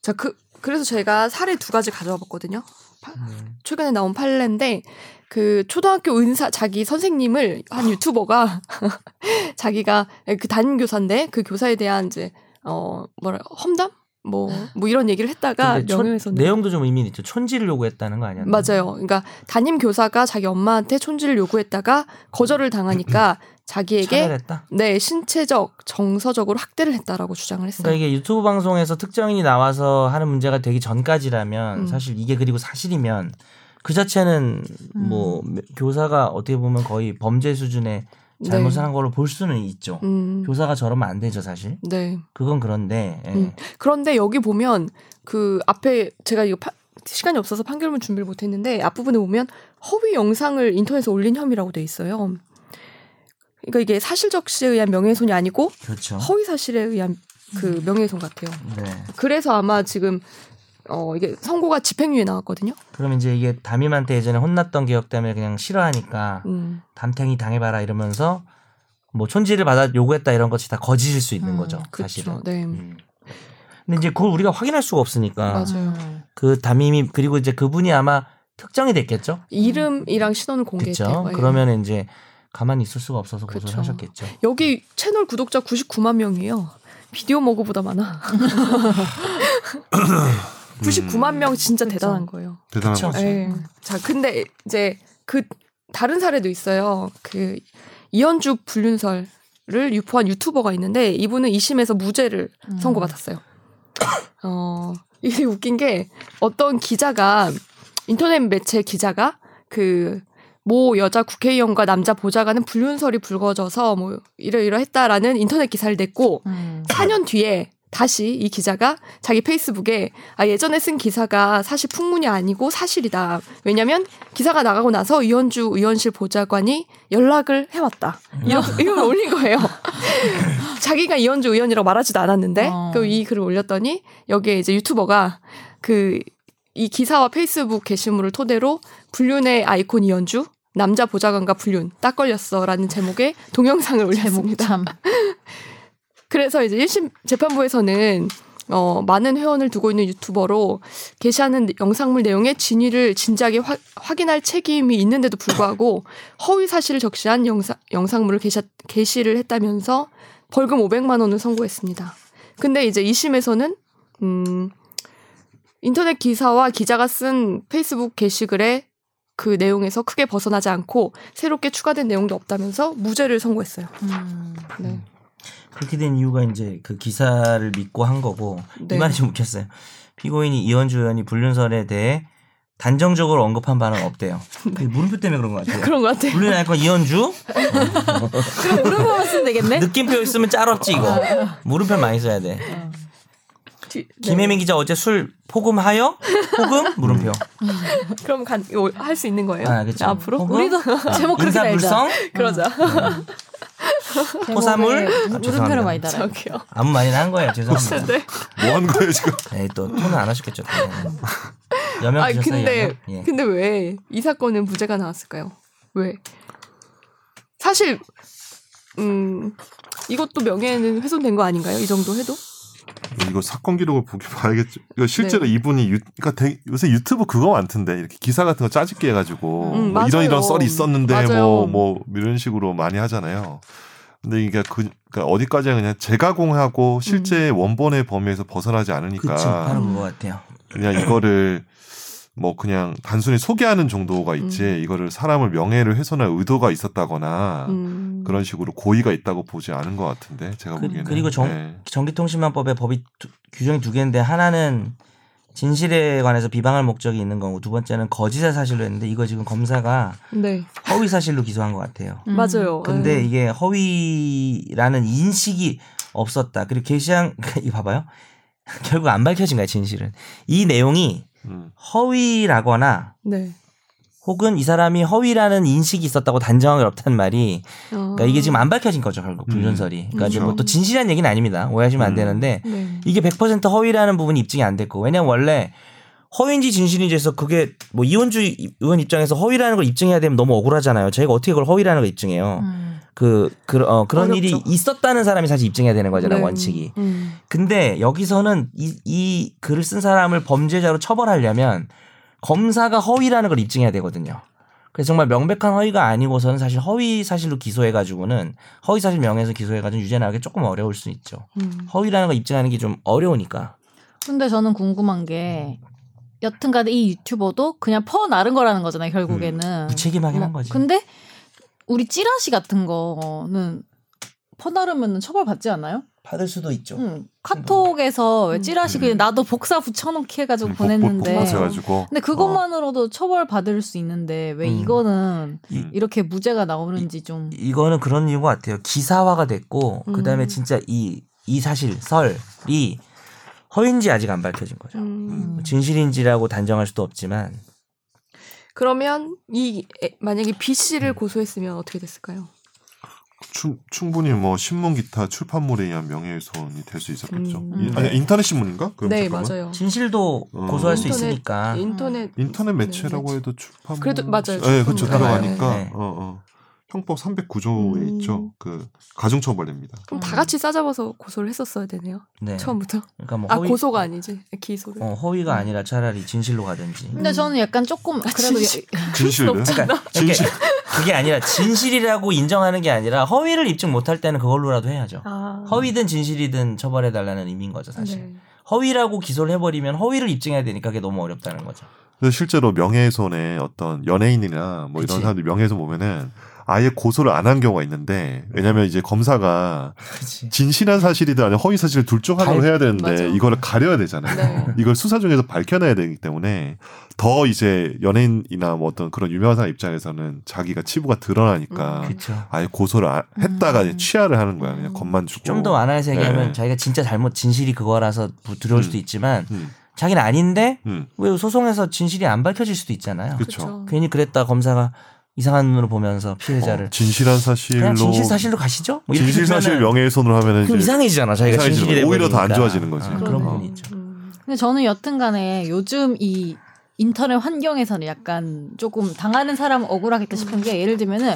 A: 자, 그 그래서 제가 사례 두 가지 가져와 봤거든요.
B: 음.
A: 최근에 나온 판례인데 그 초등학교 은사 자기 선생님을 한 유튜버가 자기가 그 담임 교사인데 그 교사에 대한 이제 어 뭐라 험담 뭐 뭐 이런 얘기를 했다가
B: 근데 네 촌-
A: 그러니까 명예훼손
B: 내용도 좀 의미 있죠. 촌지를 요구했다는 거 아니야?
A: 맞아요. 그러니까 담임 교사가 자기 엄마한테 촌지를 요구했다가 거절을 당하니까 자기에게
B: 차별했다.
A: 네 신체적 정서적으로 학대를 했다라고 주장을 했어요.
B: 그러니까 이게 유튜브 방송에서 특정인이 나와서 하는 문제가 되기 전까지라면
A: 음.
B: 사실 이게 그리고 사실이면 그 자체는
D: 음.
B: 뭐 교사가 어떻게 보면 거의 범죄 수준의 잘못을 한 걸로 볼 수는 있죠.
A: 네. 음,
B: 교사가 저러면 안 되죠, 사실.
A: 네.
B: 그건 그런데 예.
A: 음. 그런데 여기 보면 그 앞에 제가 이거 파- 시간이 없어서 판결문 준비를 못했는데 앞부분에 보면 허위 영상을 인터넷에 올린 혐의라고 돼 있어요. 그러니까 이게 사실적시에 의한 명예훼손이 아니고
B: 그렇죠.
A: 허위 사실에 의한 그
B: 음.
A: 명예훼손 같아요.
B: 네.
A: 그래서 아마 지금 어 이게 선고가 집행유예 나왔거든요.
B: 그럼 이제 이게 담임한테 예전에 혼났던 기억 때문에 그냥 싫어하니까
A: 음.
B: 담탱이 당해봐라 이러면서 뭐 촌지를 받아 요구했다 이런 것이 다 거짓일 수 있는
D: 음,
B: 거죠.
A: 그렇죠.
B: 사실은.
A: 네.
B: 음. 근데 이제 그걸 우리가 확인할 수가 없으니까
A: 맞아요.
D: 음.
B: 그 담임이 그리고 이제 그분이 아마 특정이 됐겠죠.
A: 이름이랑 신원을 공개했대요.
B: 그렇죠.
A: 예.
B: 그러면 이제 가만히 있을 수가 없어서 고소를
A: 그쵸.
B: 하셨겠죠.
A: 여기 채널 구독자 99만 명이에요. 비디오 먹어보다 많아. 99만 명 진짜
D: 그쵸.
A: 대단한 거예요.
C: 대단한
B: 그쵸.
C: 거죠.
A: 예. 자, 근데 이제 그 다른 사례도 있어요. 그 이현주 불륜설을 유포한 유튜버가 있는데 이분은 2심에서 무죄를
D: 음.
A: 선고받았어요. 어, 이게 웃긴 게 어떤 기자가 인터넷 매체 기자가 그 모 여자 국회의원과 남자 보좌관은 불륜설이 불거져서 뭐 이러이러했다라는 인터넷 기사를 냈고
D: 음.
A: 4년 뒤에 다시 이 기자가 자기 페이스북에 아, 예전에 쓴 기사가 사실 풍문이 아니고 사실이다. 왜냐면 기사가 나가고 나서 이현주 의원실 보좌관이 연락을 해왔다. 이런,
D: 음.
A: 이걸 올린 거예요. 자기가 이현주 의원이라고 말하지도 않았는데
D: 어.
A: 그 이 글을 올렸더니 여기에 이제 유튜버가 그 이 기사와 페이스북 게시물을 토대로 불륜의 아이콘 이현주 남자 보좌관과 불륜 딱 걸렸어라는 제목의 동영상을
D: 제목
A: 올렸습니다.
D: 참.
A: 그래서 이제 1심 재판부에서는 어, 많은 회원을 두고 있는 유튜버로 게시하는 영상물 내용의 진위를 진작에 화- 확인할 책임이 있는데도 불구하고 허위 사실을 적시한 영상, 영상물을 게시, 게시를 했다면서 벌금 500만 원을 선고했습니다. 근데 이제 2심에서는 음, 인터넷 기사와 기자가 쓴 페이스북 게시글에 그 내용에서 크게 벗어나지 않고 새롭게 추가된 내용도 없다면서 무죄를 선고했어요.
D: 음.
A: 네.
B: 그렇게 된 이유가 이제 그 기사를 믿고 한 거고
A: 네.
B: 이 말이 좀 웃겼어요. 피고인이 이현주 의원이 불륜설에 대해 단정적으로 언급한 바는 없대요.
D: 네.
B: 그 물음표 때문에 그런 것 같아요.
A: 그런 것 같아요.
B: 불륜 아이콘 이현주
D: 물어보면 쓰면 되겠네. 아, 네.
B: 느낌표 있으면 짤없지 이거 물음표 많이 써야 돼.
A: 뒤- 네.
B: 김혜민 기자 어제 술 포금하여 포금 물음표
A: 그럼 간 할 수 있는 거예요.
B: 아, 그쵸.
A: 앞으로
B: 혹은
D: 음. 우리도 제목 그렇게 달자.
B: 인사불성
A: 그러자.
B: 음,
D: 제목에
B: 토사물? 아, 죄송합니다.
D: 물음표를 많이 달아.
A: 저기요.
B: 아무 말이나 한 거예요
D: 그렇죠.
B: 죄송합니다.
A: 네.
C: 뭐 한 거예요 지금?
B: 네, 또 톤은 안 하셨겠죠. 당연히. 여명
A: 아
B: 드셨어요.
A: 근데
B: 여명? 예.
A: 근데 왜 이 사건은 무죄가 나왔을까요? 왜? 사실 음 이것도 명예는 훼손된 거 아닌가요? 이 정도 해도?
C: 이거 사건 기록을 보기 봐야겠죠. 이거
A: 네.
C: 실제로 이분이 유, 그러니까 되게- 요새 유튜브 그거 많던데 이렇게 기사 같은 거 짜집기 해가지고
A: 음,
C: 뭐 이런
A: 맞아요.
C: 이런 썰이 있었는데 뭐
A: 맞아요.
C: 뭐 이런 식으로 많이 하잖아요. 근데 이게 그 그러니까 어디까지나 그냥 재가공하고 실제
A: 음.
C: 원본의 범위에서 벗어나지 않으니까
B: 그쵸 바로 그거 같아요.
C: 그냥 이거를 뭐 그냥 단순히 소개하는 정도가 있지 이거를 사람을 명예를 훼손할 의도가
B: 아,
C: 있었다거나
A: 음.
C: 그런 식으로 고의가 있다고 보지 않은 것 같은데 제가
B: 그-
C: 보기에는
B: 그리고 정-
C: 네.
B: 전기통신망법에 법이 두- 규정이 두 개인데 하나는 진실에 관해서 비방할 목적이 있는 거고 두 번째는 거짓의 사실로 했는데 이거 지금 검사가
A: 네.
B: 허위 사실로 기소한 것 같아요.
D: 음.
A: 맞아요.
B: 근데
A: 네.
B: 이게 허위라는 인식이 없었다. 그리고 게시한 이 봐봐요. 결국 안 밝혀진 거야 진실은. 이 내용이
C: 음.
B: 허위라거나
A: 네.
B: 혹은 이 사람이 허위라는 인식이 있었다고 단정하기 어렵단 말이
A: 어.
B: 그러니까 이게 지금 안 밝혀진 거죠 결국
C: 음.
B: 불륜설이. 그러니까 이제 뭐
A: 그렇죠.
B: 또 진실한 얘기는 아닙니다. 오해하시면 안
C: 음.
B: 되는데
A: 네.
B: 이게 100% 허위라는 부분이 입증이 안 됐고 왜냐면 원래 허위인지 진실인지 해서 그게 뭐 이원주 의원 입장에서 허위라는 걸 입증해야 되면 너무 억울하잖아요. 저희가 어떻게 그걸 허위라는 걸 입증해요.
D: 음.
B: 그, 그, 어, 그런 일이
A: 어렵죠.
B: 있었다는 사람이 사실 입증해야 되는 거잖아요,
A: 네.
B: 원칙이.
A: 음.
B: 근데 여기서는 이, 이 글을 쓴 사람을 범죄자로 처벌하려면 검사가 허위라는 걸 입증해야 되거든요. 그래서 정말 명백한 허위가 아니고서는 사실 허위 사실로 기소해가지고는 허위 사실 명예에서 기소해가지고 유죄 나가기 조금 어려울 수 있죠.
A: 음.
B: 허위라는 걸 입증하는 게 좀 어려우니까.
D: 근데 저는 궁금한 게 여튼간에 이 유튜버도 그냥 퍼 나른 거라는 거잖아요 결국에는
B: 무책임하긴
D: 뭐,
B: 한 음. 거지.
D: 근데 우리 찌라시 같은 거는 퍼 나르면 처벌 받지 않아요?
B: 받을 수도 있죠.
D: 응. 카톡에서 왜 찌라시 그냥 나도 복사 붙여놓기 해가지고
C: 음, 복- 복-
D: 보냈는데
C: 복붙해가지고. 어.
D: 근데 그것만으로도 처벌 받을 수 있는데 왜
B: 음.
D: 이거는
C: 음.
D: 이렇게 무죄가 나오는지 좀
B: 이거는 그런 이유인 것 같아요. 기사화가 됐고
A: 음.
B: 그다음에 진짜 이, 이 사실 설이 허인지 아직 안 밝혀진 거죠.
A: 음.
D: 음.
B: 진실인지라고 단정할 수도 없지만
A: 그러면 이 에- 만약에 B 씨를 고소했으면 어떻게 됐을까요?
C: 충, 충분히 뭐 신문 기타 출판물에 의한 명예훼손이 될 수 있었겠죠.
A: 음.
C: 이- 아니 인터넷 신문인가? 그럼
A: 네,
C: 잠깐만.
A: 맞아요.
B: 진실도
C: 어.
B: 고소할 수
A: 인터넷-
B: 있으니까 네.
A: 인터넷
C: 인터넷 매체라고
A: 네,
C: 해도 출판
A: 그래도 맞아요.
C: 예, 그렇죠.
B: 출판물.
C: 들어가니까
B: 네.
C: 어, 어. 형법 309조에
A: 음.
C: 있죠. 그 가중처벌됩니다.
A: 그럼
D: 음.
A: 다 같이 싸잡아서 고소를 했었어야 되네요.
B: 네.
A: 처음부터.
B: 그러니까 뭐
A: 아
B: 허위,
A: 고소가 네. 아니지 기소를.
B: 어, 허위가 아니라 차라리 진실로 가든지.
D: 근데 저는 약간 조금 그래도
A: 진실.
D: 여-
C: 진실을
B: 그러니까 이렇게
C: 진실
B: 그게 아니라 진실이라고 인정하는 게 아니라 허위를 입증 못할 때는 그걸로라도 해야죠.
A: 아.
B: 허위든 진실이든 처벌해 달라는 의미인 거죠, 사실.
A: 네.
B: 허위라고 기소를 해버리면 허위를 입증해야 되니까 그게 너무 어렵다는 거죠.
C: 근데 실제로 명예훼손에 어떤 연예인이나 뭐
B: 그치.
C: 이런 사람들 명예훼손 보면은 아예 고소를 안 한 경우가 있는데 왜냐면 이제 검사가
B: 그렇지.
C: 진실한 사실이든 아니면 허위 사실 둘 중 하나로
B: 발-
C: 해야 되는데
A: 맞아.
C: 이거를 가려야 되잖아요.
A: 네.
C: 이걸 수사 중에서 밝혀내야 되기 때문에 더 이제 연예인이나 뭐 어떤 그런 유명한 사람 입장에서는 자기가 치부가 드러나니까
A: 음.
B: 그렇죠.
C: 아예 고소를 안- 했다가
D: 음.
C: 이제 취하를 하는 거야. 그냥
D: 음.
C: 겁만 주고.
B: 좀 더 완화해서 얘기하면
C: 네.
B: 자기가 진짜 잘못 진실이 그거라서 부- 두려울
C: 음.
B: 수도 있지만
C: 음,
B: 자기는 아닌데
C: 음.
B: 왜 소송에서 진실이 안 밝혀질 수도 있잖아요.
C: 그-
A: 그쵸.
B: 그렇죠. 괜히 그랬다 검사가 이상한 눈으로 보면서 피해자를
C: 어, 진실한
B: 그냥
C: 사실로 음,
B: 진실 사실로 가시죠. 뭐 이렇게
C: 진실 사실
B: 되면은
C: 명예훼손으로 하면은
B: 그럼
C: 이제
B: 이상해지잖아. 자기가
C: 이상해지죠.
B: 진실이 돼버리니까.
C: 오히려 더안 좋아지는 거지.
B: 아,
A: 그러네.
B: 그런 부분이 있죠.
A: 음.
D: 근데 저는 여튼간에 요즘 이 인터넷 환경에서는 약간 조금 당하는 사람 억울하겠다 싶은 게 예를 들면은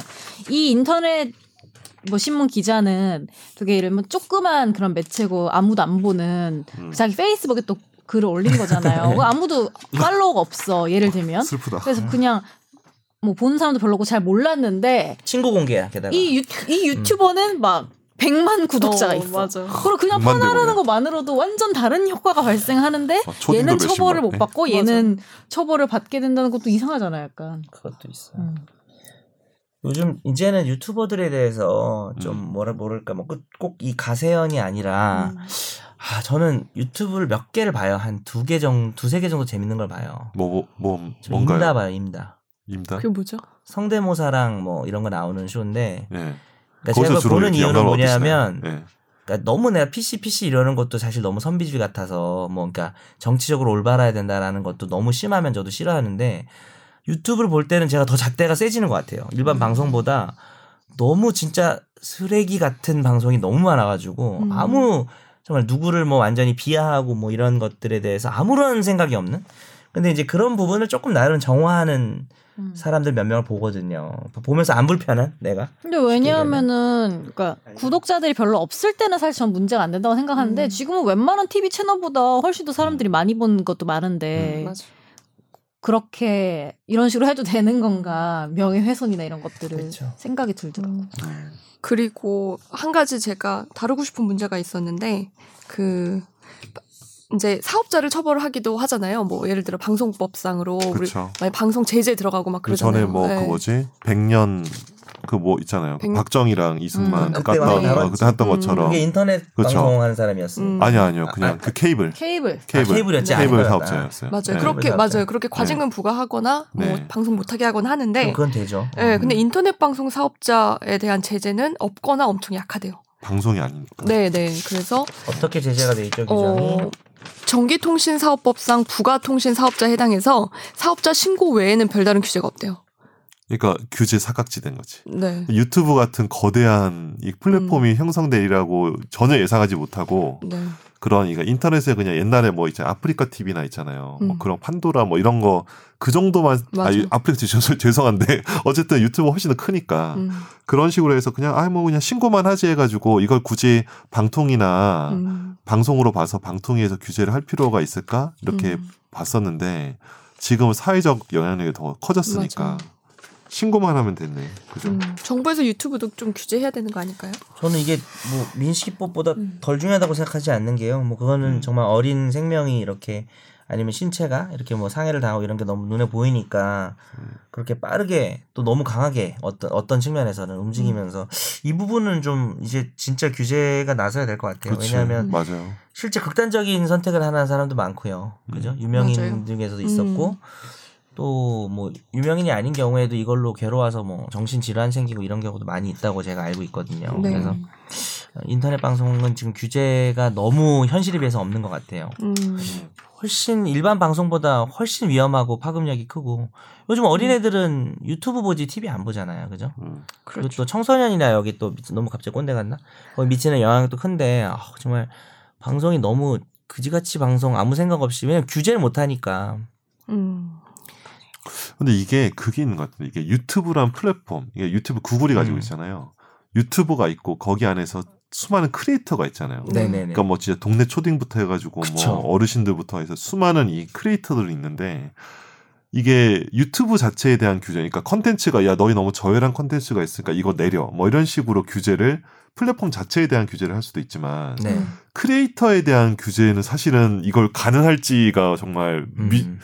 D: 이 인터넷 뭐 신문 기자는 되게 예를 들면 조그만 그런 매체고 아무도 안 보는
C: 음.
D: 자기 페이스북에 또 글을 올린 거잖아요.
C: 네.
D: 그거 아무도 팔로우가 없어 예를 들면
C: 슬프다.
D: 그래서 그냥 뭐 보는 사람도 별로고 잘 몰랐는데
B: 친구 공개야
C: 네.
B: 게다가.
D: 이, 유, 이 유튜버는 막 100만 구독자가
A: 어,
D: 있어.
A: 맞아.
D: 그리고 그냥
C: 백만
D: 편하라는
C: 되고요.
D: 것만으로도 완전 다른 효과가 발생하는데
C: 어, 초딩도
D: 얘는
C: 몇십만.
D: 처벌을 못
C: 네.
D: 받고
A: 맞아.
D: 얘는 처벌을 받게 된다는 것도 이상하잖아요, 약간.
B: 그것도
C: 네.
B: 있어요.
D: 음.
B: 요즘 이제는 유튜버들에 대해서 좀
C: 음.
B: 뭐라 모를까 뭐 꼭 이 가세연이
A: 음.
B: 아니라 아 저는 유튜브를 몇 개를 봐요 한 두 개 정도 두세 개 정도 재밌는 걸 봐요.
C: 뭐, 뭐
B: 저 임다
C: 뭔가요?
B: 봐요 임다.
C: 임다.
A: 그게 뭐죠?
B: 성대모사랑 뭐 이런 거 나오는 쇼인데
C: 예.
B: 그러니까 제가
C: 주로
B: 보는
C: 이렇게
B: 이유는
C: 영감을
B: 뭐냐면
C: 얻으시나요? 예.
B: 그러니까 너무 내가 PC PC 이러는 것도 사실 너무 선비주의 같아서 뭐 그러니까 정치적으로 올바라야 된다라는 것도 너무 심하면 저도 싫어하는데 유튜브를 볼 때는 제가 더 잣대가 세지는 것 같아요. 일반 방송보다 너무 진짜 쓰레기 같은 방송이 너무 많아가지고
D: 음.
B: 아무 정말 누구를 뭐 완전히 비하하고 뭐 이런 것들에 대해서 아무런 생각이 없는. 근데 이제 그런 부분을 조금 나름 정화하는
D: 음.
B: 사람들 몇 명을 보거든요. 보면서 안 불편한 내가.
D: 근데
B: 네.
D: 왜냐하면은 그러니까
B: 아,
D: 구독자들이 별로 없을 때는 사실 전 문제가 안 된다고 생각하는데
A: 음.
D: 지금은 웬만한 TV 채널보다 훨씬 더
B: 음.
D: 사람들이 많이 보는
B: 네.
D: 것도 많은데
A: 맞아.
D: 그렇게 이런 식으로 해도 되는 건가 명예훼손이나 이런 것들을
B: 그렇죠.
D: 생각이 들더라고요.
C: 음.
A: 그리고 한 가지 제가 다루고 싶은 문제가 있었는데 그 이제 사업자를 처벌하기도 하잖아요. 뭐 예를 들어 방송법상으로
B: 어,
A: 우리
C: 그렇죠.
A: 만약 방송 제재 들어가고 막
C: 그
A: 그러잖아요.
C: 전에 뭐
A: 네.
C: 그 뭐지 백년 그 뭐 있잖아요.
A: 백-
C: 박정희랑 이승만
D: 음,
C: 그
B: 그때
C: 갔다
B: 왕이
C: 와-
B: 나왔지.
C: 그때 했던
A: 음.
C: 것처럼
B: 그게 인터넷
C: 그쵸.
B: 방송하는 사람이었어.
A: 음.
C: 아니요 아니요
B: 아,
C: 그냥
B: 아,
C: 그 케이블
D: 케이블
C: 케이블
B: 케이블이었지,
C: 케이블
B: 아니구나.
C: 사업자였어요.
A: 맞아요.
C: 네.
A: 그렇게
B: 네.
A: 맞아요. 그렇게 과징금 부과하거나 뭐
C: 네.
A: 방송 못하게 하거나 하는데
B: 그럼 그건 되죠.
A: 예,
B: 음.
A: 근데 인터넷 방송 사업자에 대한 제재는 없거나 엄청 약하대요.
C: 방송이 아니니까.
A: 네, 네. 그래서
B: 어떻게 제재가 돼 있죠 규정이?
A: 어, 전기통신사업법상 부가통신사업자에 해당해서 사업자 신고 외에는 별다른 규제가 없대요.
C: 그러니까 규제 사각지대인 거지.
A: 네.
C: 유튜브 같은 거대한 이
A: 음.
C: 플랫폼이 형성되리라고 전혀 예상하지 못하고
A: 네.
C: 그런 이거 인터넷에 그냥 옛날에 뭐 이제 아프리카 TV나 있잖아요. 뭐
A: 음.
C: 그런 판도라 뭐 이런 거 그 정도만
A: 맞아.
C: 아 아프리카 TV 죄송- 죄송한데 어쨌든 유튜브 훨씬 더 크니까
A: 음,
C: 그런 식으로 해서 그냥 아 뭐 그냥 신고만 하지 해가지고 이걸 굳이 방통이나
A: 음,
C: 방송으로 봐서 방통위에서 규제를 할 필요가 있을까 이렇게
A: 음.
C: 봤었는데 지금 은 사회적 영향력이 더 커졌으니까
A: 맞아요.
C: 신고만 하면 됐네. 그죠?
A: 음. 정부에서 유튜브도 좀 규제해야 되는 거 아닐까요?
B: 저는 이게 뭐 민식이법보다
A: 음.
B: 덜 중요하다고 생각하지 않는 게요. 뭐 그거는
C: 음.
B: 정말 어린 생명이 이렇게 아니면 신체가 이렇게 뭐 상해를 당하고 이런 게 너무 눈에 보이니까
C: 음.
B: 그렇게 빠르게 또 너무 강하게 어떤 어떤 측면에서는 움직이면서
A: 음.
B: 이 부분은 좀 이제 진짜 규제가 나서야 될 것 같아요.
C: 그치.
A: 음.
B: 왜냐하면
C: 맞아요.
B: 실제 극단적인 선택을 하는 사람도 많고요. 그죠? 유명인
A: 맞아요.
B: 중에서도 있었고
A: 음.
B: 또 뭐 유명인이 아닌 경우에도 이걸로 괴로워서 뭐 정신 질환 생기고 이런 경우도 많이 있다고 제가 알고 있거든요.
A: 네.
B: 그래서 인터넷 방송은 지금 규제가 너무 현실에 비해서 없는 것 같아요.
A: 음,
B: 훨씬 일반 방송보다 훨씬 위험하고 파급력이 크고 요즘 어린애들은 유튜브 보지 TV 안 보잖아요. 그죠?
C: 음.
B: 그리고
A: 그렇죠.
B: 또 청소년이나 여기 또 미치- 너무 갑자기 꼰대 같나? 거기 미치는 영향이 또 큰데 아, 정말 방송이 너무 그지같이 방송 아무 생각 없이 왜냐면 규제를 못 하니까
A: 음,
C: 근데 이게 그게 있는 것 같은데 이게 유튜브란 플랫폼, 이게 유튜브 구글이 가지고
B: 음.
C: 있잖아요. 유튜브가 있고 거기 안에서 수많은 크리에이터가 있잖아요.
B: 네네네.
C: 그러니까 뭐 진짜 동네 초딩부터 해가지고
B: 그쵸.
C: 뭐 어르신들부터 해서 수많은 이 크리에이터들이 있는데 이게 유튜브 자체에 대한 규제, 그러니까 컨텐츠가 야 너희 너무 저열한 컨텐츠가 있으니까 이거 내려 뭐 이런 식으로 규제를 플랫폼 자체에 대한 규제를 할 수도 있지만
B: 네.
C: 크리에이터에 대한 규제는 사실은 이걸 가능할지가 정말 미,
B: 음.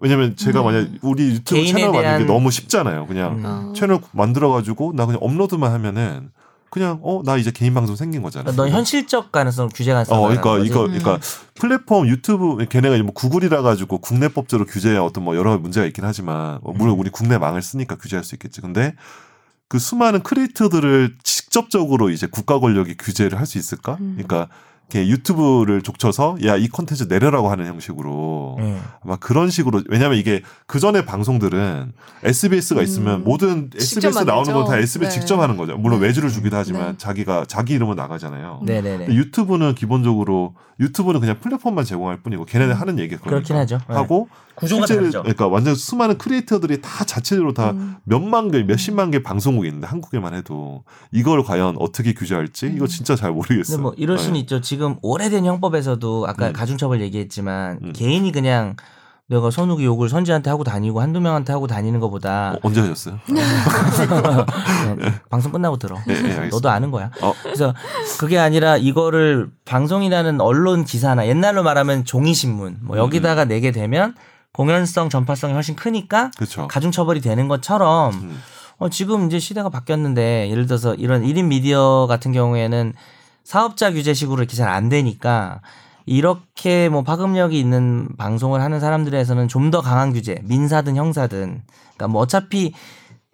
C: 왜냐면 제가
D: 음.
C: 만약 우리 유튜브
B: 개인에
C: 채널 만드는 게
B: 대한-
C: 너무 쉽잖아요. 그냥
B: 음.
A: 어.
C: 채널 만들어가지고 나 그냥 업로드만 하면은 그냥 어 나 이제 개인 방송 생긴 거잖아.
B: 그러니까 넌 현실적 가능성 규제 가능성.
C: 어, 그러니까 이거
D: 음.
C: 그러니까 플랫폼 유튜브 걔네가 이제 뭐 구글이라 가지고 국내법제로 규제에 어떤 뭐 여러 가지 문제가 있긴 하지만 뭐 물론
B: 음.
C: 우리 국내 망을 쓰니까 규제할 수 있겠지. 근데 그 수많은 크리에이터들을 직접적으로 이제 국가 권력이 규제를 할 수 있을까?
A: 음.
C: 그러니까 이렇게 유튜브를 족쳐서 야 이 콘텐츠 내려라고 하는 형식으로
A: 예.
B: 예.
C: 막 그런 식으로 왜냐면 이게 그 전에 방송들은 SBS가 있으면
A: 음.
C: 모든
A: 직접
C: SBS 나오는 건 다
A: 만들죠.
C: SBS
A: 네.
C: 직접 하는 거죠. 물론 외주를 주기도 하지만
A: 네.
C: 자기가 자기 이름으로 나가잖아요.
B: 네네네.
C: 근데 유튜브는 기본적으로 유튜브는 그냥 플랫폼만 제공할 뿐이고 걔네는 하는 얘기가
B: 음. 그렇긴
C: 그러니까.
B: 하죠. 네.
C: 하고
B: 구조가
C: 실제로-
B: 다르죠.
C: 그러니까 완전 수많은 크리에이터들이 다 자체적으로 다
A: 음.
C: 몇만 개,
B: 음.
C: 몇십만 개 방송국이 있는데 한국에만 해도 이걸 과연 어떻게 규제할지 이거 진짜 잘
B: 음.
C: 모르겠어요.
B: 근데 뭐 이럴 수는
C: 네.
B: 있죠. 지금 오래된 형법에서도 아까
C: 음.
B: 가중처벌 얘기했지만
C: 음.
B: 개인이 그냥 내가 선욱이 욕을 선지한테 하고 다니고 한두 명한테 하고 다니는 것보다
C: 어, 언제 하셨어요?
B: 네. 그냥 방송 끝나고 들어.
C: 네, 네, 알겠습니다.
B: 너도 아는 거야.
C: 어.
B: 그래서 그게 아니라 이거를 방송이라는 언론 기사나 옛날로 말하면 종이 신문 뭐 여기다가 내게 되면 공연성 전파성이 훨씬 크니까
C: 그렇죠.
B: 가중처벌이 되는 것처럼
C: 음.
B: 어, 지금 이제 시대가 바뀌었는데 예를 들어서 이런 1인 미디어 같은 경우에는 사업자 규제식으로 이렇게 잘 안 되니까 이렇게 뭐 파급력이 있는 방송을 하는 사람들에서는 좀 더 강한 규제, 민사든 형사든 그러니까 뭐 어차피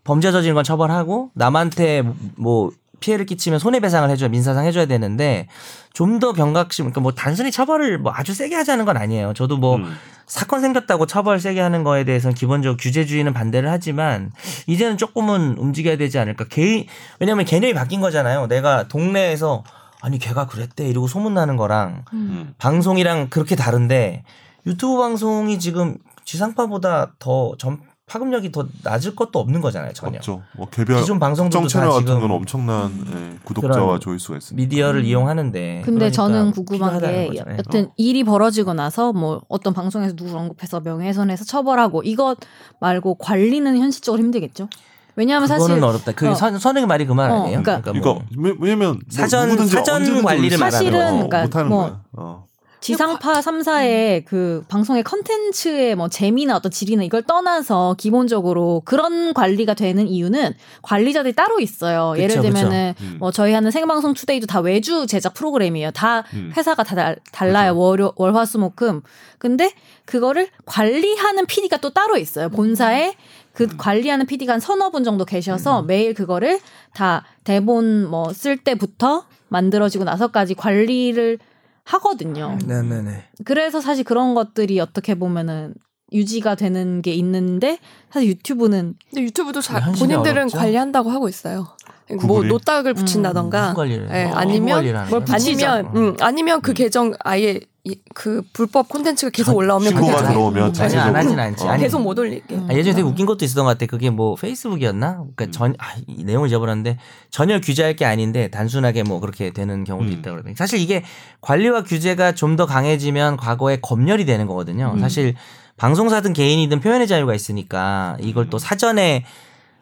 B: 범죄 저지른 건 처벌하고 남한테 뭐 피해를 끼치면 손해배상을 해줘야 민사상 해줘야 되는데 좀 더 경각심 그러니까 뭐 단순히 처벌을 뭐 아주 세게 하자는 건 아니에요. 저도 뭐
C: 음.
B: 사건 생겼다고 처벌 세게 하는 거에 대해서는 기본적으로 규제주의는 반대를 하지만 이제는 조금은 움직여야 되지 않을까. 개인 왜냐하면 개념이 바뀐 거잖아요. 내가 동네에서 아니 걔가 그랬대 이러고 소문 나는 거랑
C: 음.
B: 방송이랑 그렇게 다른데 유튜브 방송이 지금 지상파보다 더 전 파급력이 더 낮을 것도 없는 거잖아요. 전혀.
C: 맞죠. 뭐 개별
B: 기존 방송들도
C: 특정 채널
B: 다
C: 같은 건
B: 지금 음.
C: 엄청난 예, 구독자와
B: 그런
C: 조회수가 있습니다.
B: 미디어를
D: 음.
B: 이용하는데.
D: 근데
B: 그러니까
D: 저는 궁금한
B: 필요하다는
D: 게
B: 거죠. 예.
D: 여튼
C: 어.
D: 일이 벌어지고 나서 뭐 어떤 방송에서 누구 언급해서 명예훼손해서 처벌하고 이것 말고 관리는 현실적으로 힘들겠죠. 왜냐하면 사실
B: 그거는 어렵다. 그
D: 어.
B: 선, 선욱이 말이 그 말
D: 어,
B: 아니에요?
D: 그러니까-
B: 뭐-
C: 그러니까 왜- 왜냐면 뭐
B: 사전-
C: 누구든지
B: 사전
C: 언제든지
B: 관리를
C: 올수 있어요.
D: 말하는
C: 어,
D: 거니까
C: 못하는
D: 뭐-
C: 거야. 어.
B: 그
D: 지상파
B: 음.
D: 3사의 그 방송의 컨텐츠의 뭐 재미나 어떤 질이나 이걸 떠나서 기본적으로 그런 관리가 되는 이유는 관리자들이 따로 있어요.
B: 그쵸,
D: 예를
B: 그쵸.
D: 들면은
C: 음.
D: 뭐 저희 하는 생방송 투데이도 다 외주 제작 프로그램이에요. 다
C: 음.
D: 회사가 다 달, 달라요. 월요, 월화수목금. 근데 그거를 관리하는 PD가 또 따로 있어요. 본사에 그
C: 음.
D: 관리하는 PD가 한 서너 분 정도 계셔서 매일 그거를 다 대본 뭐 쓸 때부터 만들어지고 나서까지 관리를 하거든요.
B: 네네네.
D: 그래서 사실 그런 것들이 어떻게 보면은 유지가 되는 게 있는데 사실 유튜브는
A: 근데 유튜브도 자,
B: 현실이
A: 본인들은
B: 어렵죠.
A: 관리한다고 하고 있어요. 뭐
C: 구글이?
A: 노딱을
B: 무슨
A: 붙인다던가
B: 관리를?
A: 예,
B: 뭐
A: 아니면
B: 홍보 관리를 하는
D: 뭘
B: 거야?
D: 음. 붙이죠.
A: 아니면 음, 아니면 그
C: 음.
A: 계정 아예 이- 그 불법 콘텐츠가 계속 올라오면
C: 신고가
A: 그냥
C: 들어오면
A: 아예
B: 전혀 안
C: 자체적으로
B: 하진 않지.
C: 어.
B: 아니,
A: 계속 못 올리게.
D: 음.
B: 아, 예전에 되게 웃긴 것도 있었던 것 같아. 그게 뭐 페이스북이었나? 그러니까 전, 아, 이 내용을 잊어버렸는데 전혀 규제할 게 아닌데 단순하게 뭐 그렇게 되는 경우도
C: 음.
B: 있다고 그러더니 사실 이게 관리와 규제가 좀 더 강해지면 과거에 검열이 되는 거거든요.
D: 음.
B: 사실 방송사든 개인이든 표현의 자유가 있으니까 이걸 또 사전에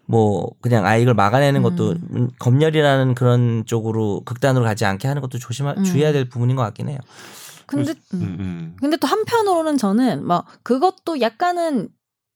B: 뭐 그냥 아 이걸 막아내는 것도 음, 검열이라는 그런 쪽으로 극단으로 가지 않게 하는 것도 조심하
D: 음.
B: 주의해야 될 부분인 것 같긴 해요.
D: 근데 음.
C: 음, 음.
D: 근데 또 한편으로는 저는 막 그것도 약간은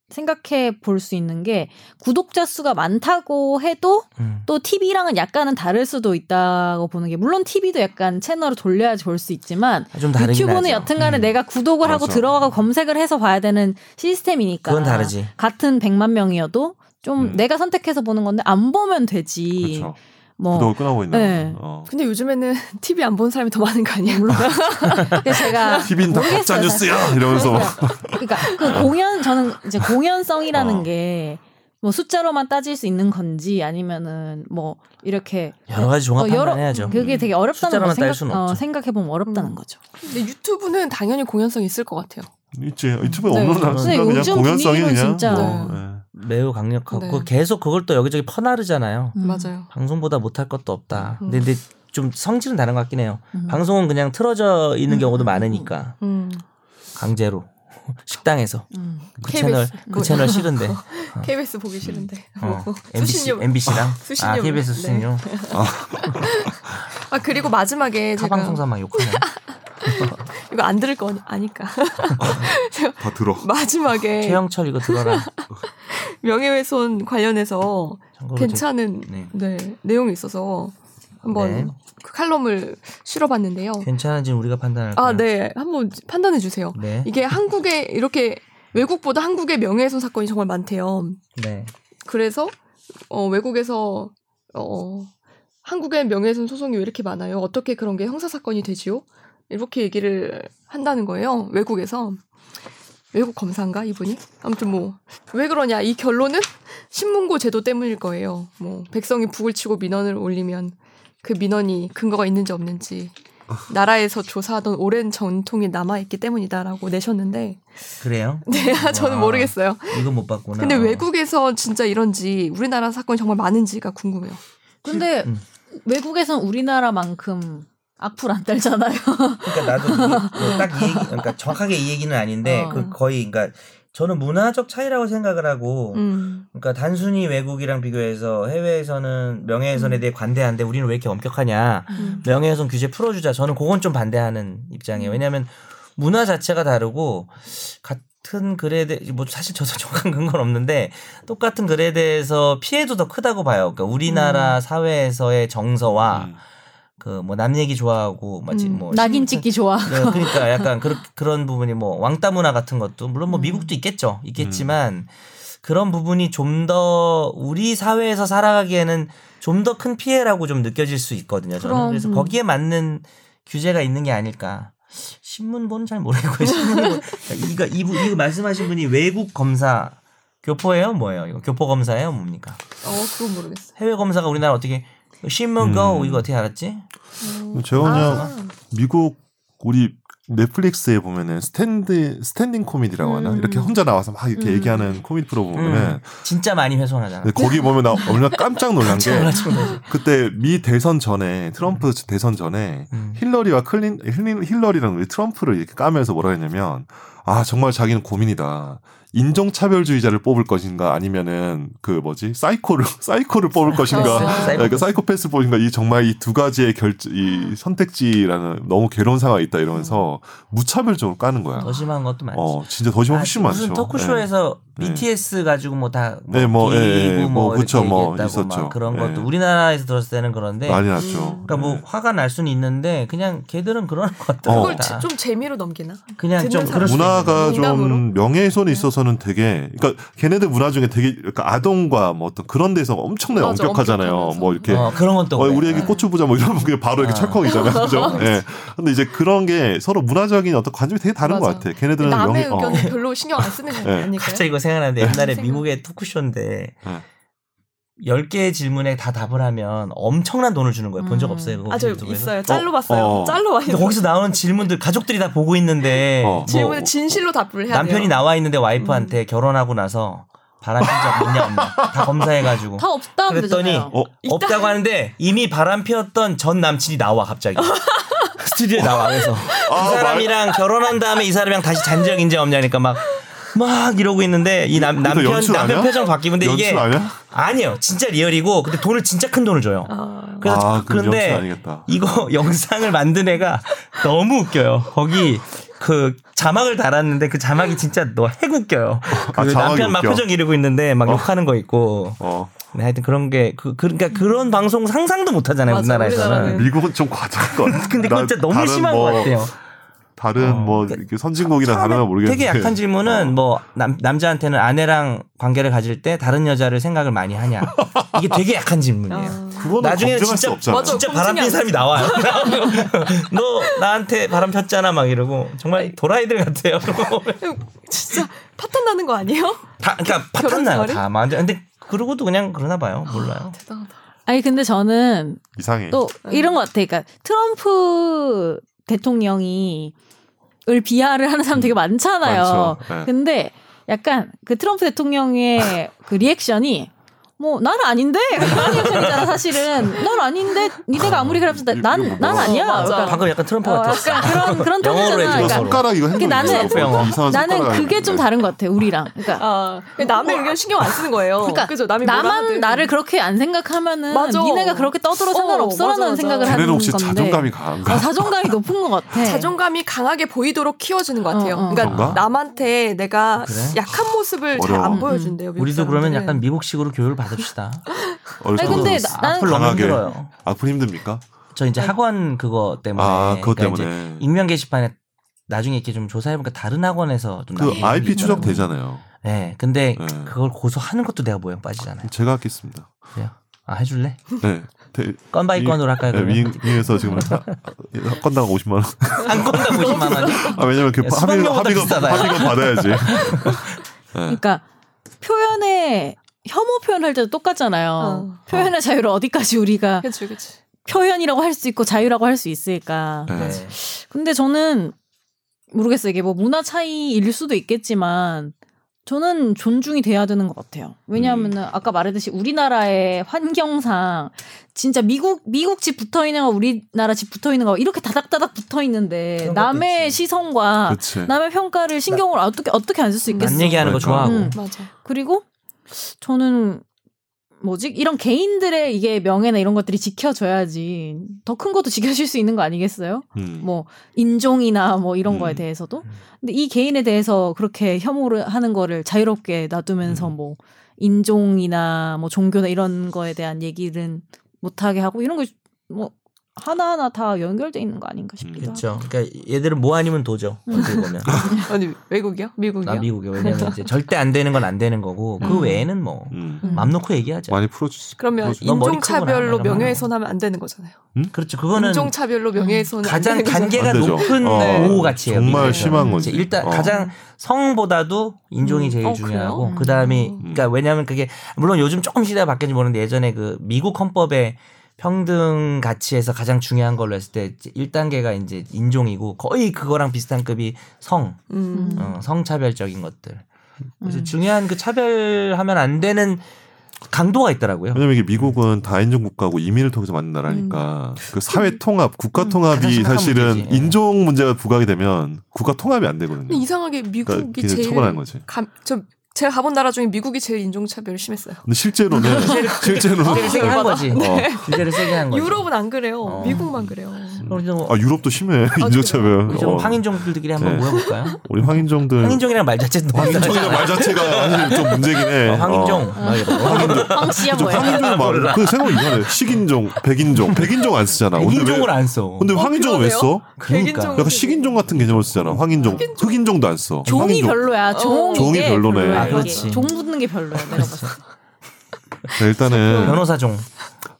D: 생각해 볼 수 있는 게 구독자 수가 많다고 해도
B: 음.
D: 또 TV랑은 약간은 다를 수도 있다고 보는 게 물론 TV도 약간 채널을 돌려야지 볼 수 있지만
B: 좀 다르긴
D: 유튜브는
B: 하죠.
D: 여튼간에
B: 음.
D: 내가 구독을 하고
C: 맞아.
D: 들어가고 검색을 해서 봐야 되는 시스템이니까
B: 그건 다르지.
D: 같은 100만 명이어도 좀
C: 음.
D: 내가 선택해서 보는 건데 안 보면 되지.
C: 그렇죠.
D: 뭐
C: 구독을 끊어고 있는.
D: 네.
C: 어.
A: 근데 요즘에는 TV 안 본 사람이 더 많은 거 아니에요? 물론
D: 그래서 제가
C: TV는 다
D: 아, 모르겠어요,
C: 가짜
D: 사실.
C: 뉴스야 이러면서 막.
D: 그러니까 그 공연 저는 이제 공연성이라는
C: 어.
D: 게 뭐 숫자로만 따질 수 있는 건지 아니면은 뭐 이렇게
B: 여러 가지 종합
D: 어, 여러-
B: 판단해야죠.
D: 그게 되게 어렵다는
B: 숫자로만
D: 거
B: 딸
D: 생각,
B: 수는
D: 어,
B: 없죠.
D: 생각해 보면 어렵다는
A: 음.
D: 거죠.
A: 근데 유튜브는 당연히 공연성 이 있을 것 같아요.
C: 있지 유튜브에
A: 네.
C: 업로드하는
D: 근데
C: 순간 그냥
D: 요즘
C: 공연성이
D: 분위기는
C: 그냥
D: 진짜-
C: 뭐,
B: 매우 강력하고
A: 네.
B: 그거 계속 그걸 또 여기저기 퍼나르잖아요.
D: 음.
A: 맞아요.
B: 방송보다 못할 것도 없다.
A: 음.
B: 근데, 근데 좀 성질은 다른 것 같긴 해요.
D: 음.
B: 방송은 그냥 틀어져 있는
D: 음.
B: 경우도 많으니까
A: 음.
B: 강제로 식당에서
D: 음.
B: 그
A: KBS.
B: 채널 그
A: 음.
B: 채널 싫은데
A: KBS 보기 싫은데.
B: 아. 어, MBC
A: 수신료.
B: MBC랑 아
A: 수신료.
B: KBS
A: 네.
B: 수신료
A: 아 그리고 마지막에 제가
B: 타방송사 막 욕하네.
A: 이거 안 들을 거 아니- 아니까
C: 다 들어.
A: 마지막에
B: 최영철 이거 들어라.
A: 명예훼손 관련해서
B: 참고로 제-
A: 괜찮은
B: 네.
A: 네, 내용이 있어서 한번
B: 네.
A: 그 칼럼을 실어봤는데요.
B: 괜찮은지 는 우리가 판단할 거예요.
A: 아, 네. 한번 판단해 주세요.
B: 네.
A: 이게 한국에 이렇게 외국보다 한국의 명예훼손 사건이 정말 많대요.
B: 네.
A: 그래서 어, 외국에서 어, 한국의 명예훼손 소송이 왜 이렇게 많아요? 어떻게 그런 게 형사 사건이 되지요? 이렇게 얘기를 한다는 거예요. 외국에서 외국 검사인가 이분이 아무튼 뭐 왜 그러냐 이 결론은 신문고 제도 때문일 거예요. 뭐 백성이 북을 치고 민원을 올리면 그 민원이 근거가 있는지 없는지 나라에서 조사하던 오랜 전통이 남아 있기 때문이다라고 내셨는데
B: 그래요?
A: 네 저는
B: 와.
A: 모르겠어요.
B: 이거 못 봤구나.
A: 근데 외국에서 진짜 이런지 우리나라 사건이 정말 많은지가 궁금해요.
D: 근데
B: 음.
D: 외국에선 우리나라만큼 악플 안 달잖아요.
B: 그러니까 나도 이게 딱이 얘기, 그러니까 정확하게 이 얘기는 아닌데
D: 어.
B: 그 거의 그러니까 저는 문화적 차이라고 생각을 하고
A: 음.
B: 그러니까 단순히 외국이랑 비교해서 해외에서는 명예훼손에
A: 음.
B: 대해 관대한데 우리는 왜 이렇게 엄격하냐
A: 음.
B: 명예훼손 규제 풀어주자 저는 그건 좀 반대하는 입장이에요. 왜냐하면 문화 자체가 다르고 같은 글에 대해 뭐 사실 저도 정확한 근거는 없는데 똑같은 글에 대해서 피해도 더 크다고 봐요. 그러니까
A: 음.
B: 우리나라 사회에서의 정서와
C: 음.
B: 그 뭐 남 얘기 좋아하고 마치
A: 음,
B: 뭐
D: 낙인
B: 신-
D: 찍기 좋아.
B: 네, 그러니까 약간 그런 그런 부분이 뭐 왕따 문화 같은 것도 물론 뭐
D: 음.
B: 미국도 있겠죠. 있겠지만 그런 부분이 좀 더 우리 사회에서 살아가기에는 좀 더 큰 피해라고 좀 느껴질 수 있거든요. 저는
A: 그럼.
B: 그래서 거기에 맞는 규제가 있는 게 아닐까. 신문고는 잘 모르겠고요. 신문고 이거 이분 이거 말씀하신 분이 외국 검사 교포예요, 뭐예요? 이거 교포 검사예요, 뭡니까?
A: 어, 그건 모르겠어요.
B: 해외 검사가 우리나라 어떻게 신문고
C: 음.
B: 이거 어떻게 알았지?
C: 제가 그냥
A: 아,
C: 미국 우리 넷플릭스에 보면은 스탠드 스탠딩 코미디라고 하나
A: 음.
C: 이렇게 혼자 나와서 막 이렇게
D: 음.
C: 얘기하는 코미디 프로 보면은
B: 진짜 많이 훼손하잖아.
C: 근데 거기 보면 나 얼마나 깜짝 놀란 게
B: 네.
C: 그때 미 대선 전에 트럼프 대선 전에
B: 음.
C: 힐러리와 클린 힐린- 힐러리랑 우리 트럼프를 이렇게 까면서 뭐라 했냐면 아 정말 자기는 고민이다 인종차별주의자를 뽑을 것인가 아니면은 그 뭐지 사이코를 사이코를 뽑을 것인가
A: 아,
C: 그러니까 사이코패스 보니까 이 정말 이 두 가지의 결 이 선택지라는 너무 괴로운 상황이 있다 이러면서 무차별적으로 까는 거야.
B: 더 심한 것도 많지.
C: 아. 어 진짜 더심
B: 아,
C: 훨씬 많죠.
B: 무슨 토크쇼에서
C: 네.
B: BTS 가지고 뭐다
C: 네, 뭐,
B: 비고
C: 예, 예, 뭐
B: 이렇게
C: 그쵸, 뭐
B: 얘기했다고
C: 있었죠.
B: 막 그런
C: 예.
B: 것도 우리나라에서 들었을 때는
C: 네.
B: 그런데
C: 난리 났죠.
A: 음.
B: 그러니까 뭐
C: 네.
B: 화가 날 수는 있는데 그냥 걔들은 그런 것들
C: 어.
A: 그걸
B: 다
A: 지- 좀 재미로 넘기나?
B: 그냥 좀
A: 듣는
B: 그럴 수도
C: 문화가
A: 있는 거죠.
C: 좀
A: 그렇죠. 농담으로? 네.
C: 명예훼손에 있어서는 되게 그러니까 걔네들 문화 중에 되게 그러니까 아동과 뭐 어떤 그런 데서 엄청나게
A: 맞아,
C: 엄격하잖아요.
A: 엄격하면서. 네.
C: 뭐 이렇게
B: 있는 거죠. 어, 그런 건또
C: 어, 우리에게 꽂혀보자 뭐 이러면 그냥 바로 이렇게
B: 아.
C: 철컹이잖아요. 그죠? 예. 근데 이제 그런 게 서로 문화적인 어떤 관점이 되게 다른
A: 맞아.
C: 것 같아. 걔네들은
A: 남의
C: 명예- 어.
A: 의견 별로 신경 안 쓰는 거
C: 네.
A: 아닐까요?
B: 갑자기 이거 생각나는데 옛날에
A: 생각-
B: 미국의 토크쇼인데
C: 네.
B: 10개의 질문에 다 답을 하면 엄청난 돈을 주는 거예요. 본 적
D: 음.
B: 없어요. 그거
A: 아, 저
B: 유튜브에서?
A: 있어요. 짤로 봤어요.
C: 어.
A: 짤로 봤어요.
B: 근데 거기서 나오는 질문들 가족들이 다 보고 있는데
C: 어.
A: 질문에
C: 뭐,
A: 진실로 답을 해야
B: 남편이
A: 돼요. 음.
B: 나와 있는데 와이프한테 결혼하고 나서 바람핀 적 있냐 없냐 다 검사해가지고
D: 다 없다
B: 그랬더니
D: 그러잖아요.
C: 어,
B: 없다고 하는데 이미 바람 피웠던 전 남친이 나와 갑자기 스튜디오에 나와 그래서
C: 아,
B: 이 사람이랑 결혼한 다음에 이 사람이랑 다시 잔적 인지 없냐니까 막. 막 이러고 있는데 이 남, 남편
C: 연출
B: 남편
C: 아니야?
B: 표정 바뀌면 근데 이게
C: 연출 아니야?
B: 아니에요 진짜 리얼이고 근데 돈을 진짜 큰 돈을 줘요
A: 아,
B: 그래서
C: 아, 그럼
B: 근데
C: 영수 아니겠다.
B: 이거 영상을 만든 애가 너무 웃겨요. 거기 그 자막을 달았는데 그 자막이 진짜 너 핵 웃겨요. 그
C: 아, 자막이
B: 남편 막
C: 웃겨.
B: 표정 이러고 있는데 막 욕하는 거 있고.
C: 어.
B: 네, 하여튼 그런 게 그 그러니까 그런 방송 상상도 못 하잖아요
A: 맞아,
B: 우리나라에서는.
A: 우리나라는.
C: 미국은 좀 과장 것 같아.
B: 근데 그건 진짜 너무 심한
C: 뭐,
B: 것 같아요.
C: 다른
B: 어,
C: 뭐
B: 그러니까
C: 이렇게 선진국이나 다른 건 모르겠는데.
B: 되게 약한 질문은 뭐 남, 남자한테는 아내랑 관계를 가질 때 다른 여자를 생각을 많이 하냐. 이게 되게 약한
A: 네.
B: 질문이에요.
C: 그거는
B: 나중에는 진짜
C: 검증할 수 없잖아.
A: 아. 맞아.
B: 진짜 바람 핀 사람이 나와요. 너 나한테 바람 폈잖아 막 이러고 정말 도라이들 같아요.
A: 진짜 파탄 나는 거 아니에요?
B: 다 그러니까 파탄
A: 결혼
B: 나요
A: 생활이?
B: 다. 완전 근데 그러고도 그냥 그러나 봐요. 몰라요.
A: 대단하다.
D: 아니 근데 저는
C: 이상해.
D: 또
A: 네.
D: 이런 것 같아. 그러니까 트럼프 대통령이 을 비하를 하는 사람 되게 많잖아요.
C: 많죠. 네.
D: 근데 약간 그 트럼프 대통령의 그 리액션이 뭐 난 아닌데 그런 리액션이잖아 사실은 난 아닌데 니네가 아무리 그래도 난난
C: 어,
D: 아니야
A: 맞아.
D: 약간,
B: 방금 약간 트럼프
D: 어,
B: 같았어.
D: 약간 그런 그런
B: 영어로
D: 톤이잖아
B: 해줘서.
D: 그러니까
C: 손가락 이거
D: 그게
C: 핸드폰
D: 나는-
C: 이상한
D: 나는
C: 손가락
D: 그게 좀 다른 것 같아 우리랑 그러니까
A: 아, 남의 의견 신경 안 쓰는 거예요.
D: 그러니까
A: 그죠? 남이 뭐라
D: 나만
A: 하든.
D: 나를 그렇게 안 생각하면은
A: 맞아.
D: 니네가 그렇게 떠들어
A: 어,
D: 상관없어라는
A: 맞아, 맞아.
D: 생각을 하는
C: 걔네는
D: 건데
C: 혹시 자존감이 강한가?
D: 아, 자존감이 높은 것 같아
A: 네. 자존감이 강하게 보이도록 키워주는 것 같아요.
D: 어, 어.
A: 그러니까
C: 그런가?
A: 남한테 내가
B: 그래? 음.
A: 약한 모습을 잘
C: 어려워.
A: 안 보여준대요. 미국
B: 우리도 그러면
A: 사람들은.
B: 약간 미국식으로 교육을 받읍시다.
C: 어릴
D: 아니,
C: 때부터
D: 근데
C: 그랬어.
D: 나는
B: 악플 너무
C: 강하게.
B: 힘들어요.
C: 악플 힘듭니까?
B: 저
A: 네.
B: 이제 학원 그거 때문에.
C: 아, 그것
B: 그러니까 이제
C: 때문에.
B: 익명 게시판에 나중에 이렇게 좀 조사해보니까 다른 학원에서 좀
C: 그
B: 나온
C: IP
B: 얘기가
C: 추적
B: 있더라고요.
C: 되잖아요.
B: 네, 근데
C: 네.
B: 그걸 고소하는 것도 내가 모양 빠지잖아요.
C: 제가 하겠습니다.
B: 아 해줄래?
C: 네. 대-
B: 건 바이
C: 위-
B: 건으로 할까요?
C: 네,
B: 그러면?
C: 위- 위에서 지금 사- 건당 50만 원.
B: 한 건당 50만 원.
C: 아 왜냐면 그
B: 야,
C: 합의
B: 네, 수강료보다
C: 합의금
B: 비싸다, 야.
C: 합의금 받아야지. 네.
D: 그러니까 표현에 혐오 표현할 때도 똑같잖아요
A: 어.
D: 표현의 자유를 어디까지 우리가
A: 그치, 그치.
D: 표현이라고 할 수 있고 자유라고 할 수 있을까
C: 네.
B: 네.
D: 근데 저는 모르겠어요. 이게 뭐 문화 차이일 수도 있겠지만 저는 존중이 돼야 되는 것 같아요. 왜냐하면은
B: 음.
D: 아까 말했듯이 우리나라의 환경상 진짜 미국 미국 집 붙어 있는 거 우리나라 집 붙어 있는 거 이렇게 다닥다닥 붙어 있는데
B: 그런 것도
D: 남의
B: 있지.
D: 시선과
C: 그렇지.
D: 남의 평가를 신경을 어떻게 어떻게 안 쓸 수 있겠어?
B: 난 얘기하는 거
C: 그러니까.
B: 좋아하고.
D: 음.
A: 맞아.
D: 그리고 저는 뭐지 이런 개인들의 이게 명예나 이런 것들이 지켜져야지 더 큰 것도 지켜질 수 있는 거 아니겠어요?
C: 음.
D: 뭐 인종이나 뭐 이런
C: 음.
D: 거에 대해서도
B: 음.
D: 근데 이 개인에 대해서 그렇게 혐오를 하는 거를 자유롭게 놔두면서
C: 음.
D: 뭐 인종이나 뭐 종교나 이런 거에 대한 얘기는 못하게 하고 이런 게 뭐 하나하나 다 연결돼 있는 거 아닌가 싶기도 하고
B: 그렇죠. 그러니까 얘들은 뭐 아니면 도죠. 어떻게 보면.
A: 아니, 외국이요? 미국이요?
B: 나 미국이 왜냐면 이제 절대 안 되는 건 안 되는 거고 그
D: 음.
B: 외에는 뭐
C: 음.
D: 음.
B: 맘 놓고 얘기하자.
C: 많이 풀어주시.
A: 그러면
C: 그렇죠.
B: 넌 머리 크구나,
A: 인종차별로
B: 이런 거
A: 명예훼손하면 안 되는 거잖아요.
B: 그렇죠. 그거는
A: 인종차별로 명예훼손은 안
B: 가장
A: 되는 거잖아요.
B: 단계가
C: 안 되죠.
B: 높은
C: 어,
A: 네.
B: 보호 가치예요.
C: 정말
B: 미국에서는.
C: 심한 거지.
B: 이제 일단
C: 어.
B: 가장 성보다도 인종이
A: 음.
B: 제일
A: 어,
B: 중요하고
A: 그래요?
B: 그다음에
A: 음.
B: 그러니까 왜냐하면 그게 물론 요즘 조금 시대가 바뀌는지 모르는데 예전에 그 미국 헌법에 평등 가치에서 가장 중요한 걸로 했을 때 1단계가 이제 인종이고 거의 그거랑 비슷한 급이 성,
A: 음.
B: 어, 성차별적인 것들. 그래서
D: 음.
B: 중요한 그 차별하면 안 되는 강도가 있더라고요.
C: 왜냐면 이게 미국은 다인종 국가고 이민을 통해서 만든 나라니까 그 사회 통합, 국가 통합이
B: 가장 심각한
C: 사실은
B: 문제지. 예.
C: 인종 문제가 부각이 되면 국가 통합이 안 되거든요.
A: 근데 이상하게 미국이
C: 그러니까 그냥
A: 제일
C: 처벌하는 거지.
A: 감, 저 제가 가본 나라 중에 미국이 제일 인종차별을 심했어요.
C: 근데 실제로는 실제로는 아,
B: 규제를 세게 한 거지.
C: 어.
B: 규제를 세게 한 거지.
A: 음. 유럽은 안 그래요.
B: 어.
A: 미국만 그래요.
B: 그럼 이제 뭐
C: 아 유럽도 심해 인종차별.
B: 우리 좀
C: 어.
B: 황인종들끼리 한번
C: 네.
B: 모여볼까요?
C: 우리 황인종들
B: 황인종이랑 말 자체는 너무
C: 음. 황인종이란 말 자체가 사실 좀 문제긴 해.
B: 어, 황인종. 막 이러고.
D: 황씨야
C: 좀
D: 뭐야
C: 황인종 말을 그 생각 이상해. 식인종, 백인종, 백인종 안 쓰잖아. 근데 왜-
B: 인종을 안 써.
C: 근데 황인종을 왜
A: 그러네요.
C: 써?
B: 그러니까.
A: 백인종은
C: 약간 식인종 같은 개념을 쓰잖아. 황인종, 흑인종도 안 써.
D: 종이
C: 황인종.
D: 별로야 종
C: 종이 별로네. 아,
B: 그렇지.
D: 종 붙는 게 별로야 내가 봤을 때
C: 네, 일단은
B: 변호사 종.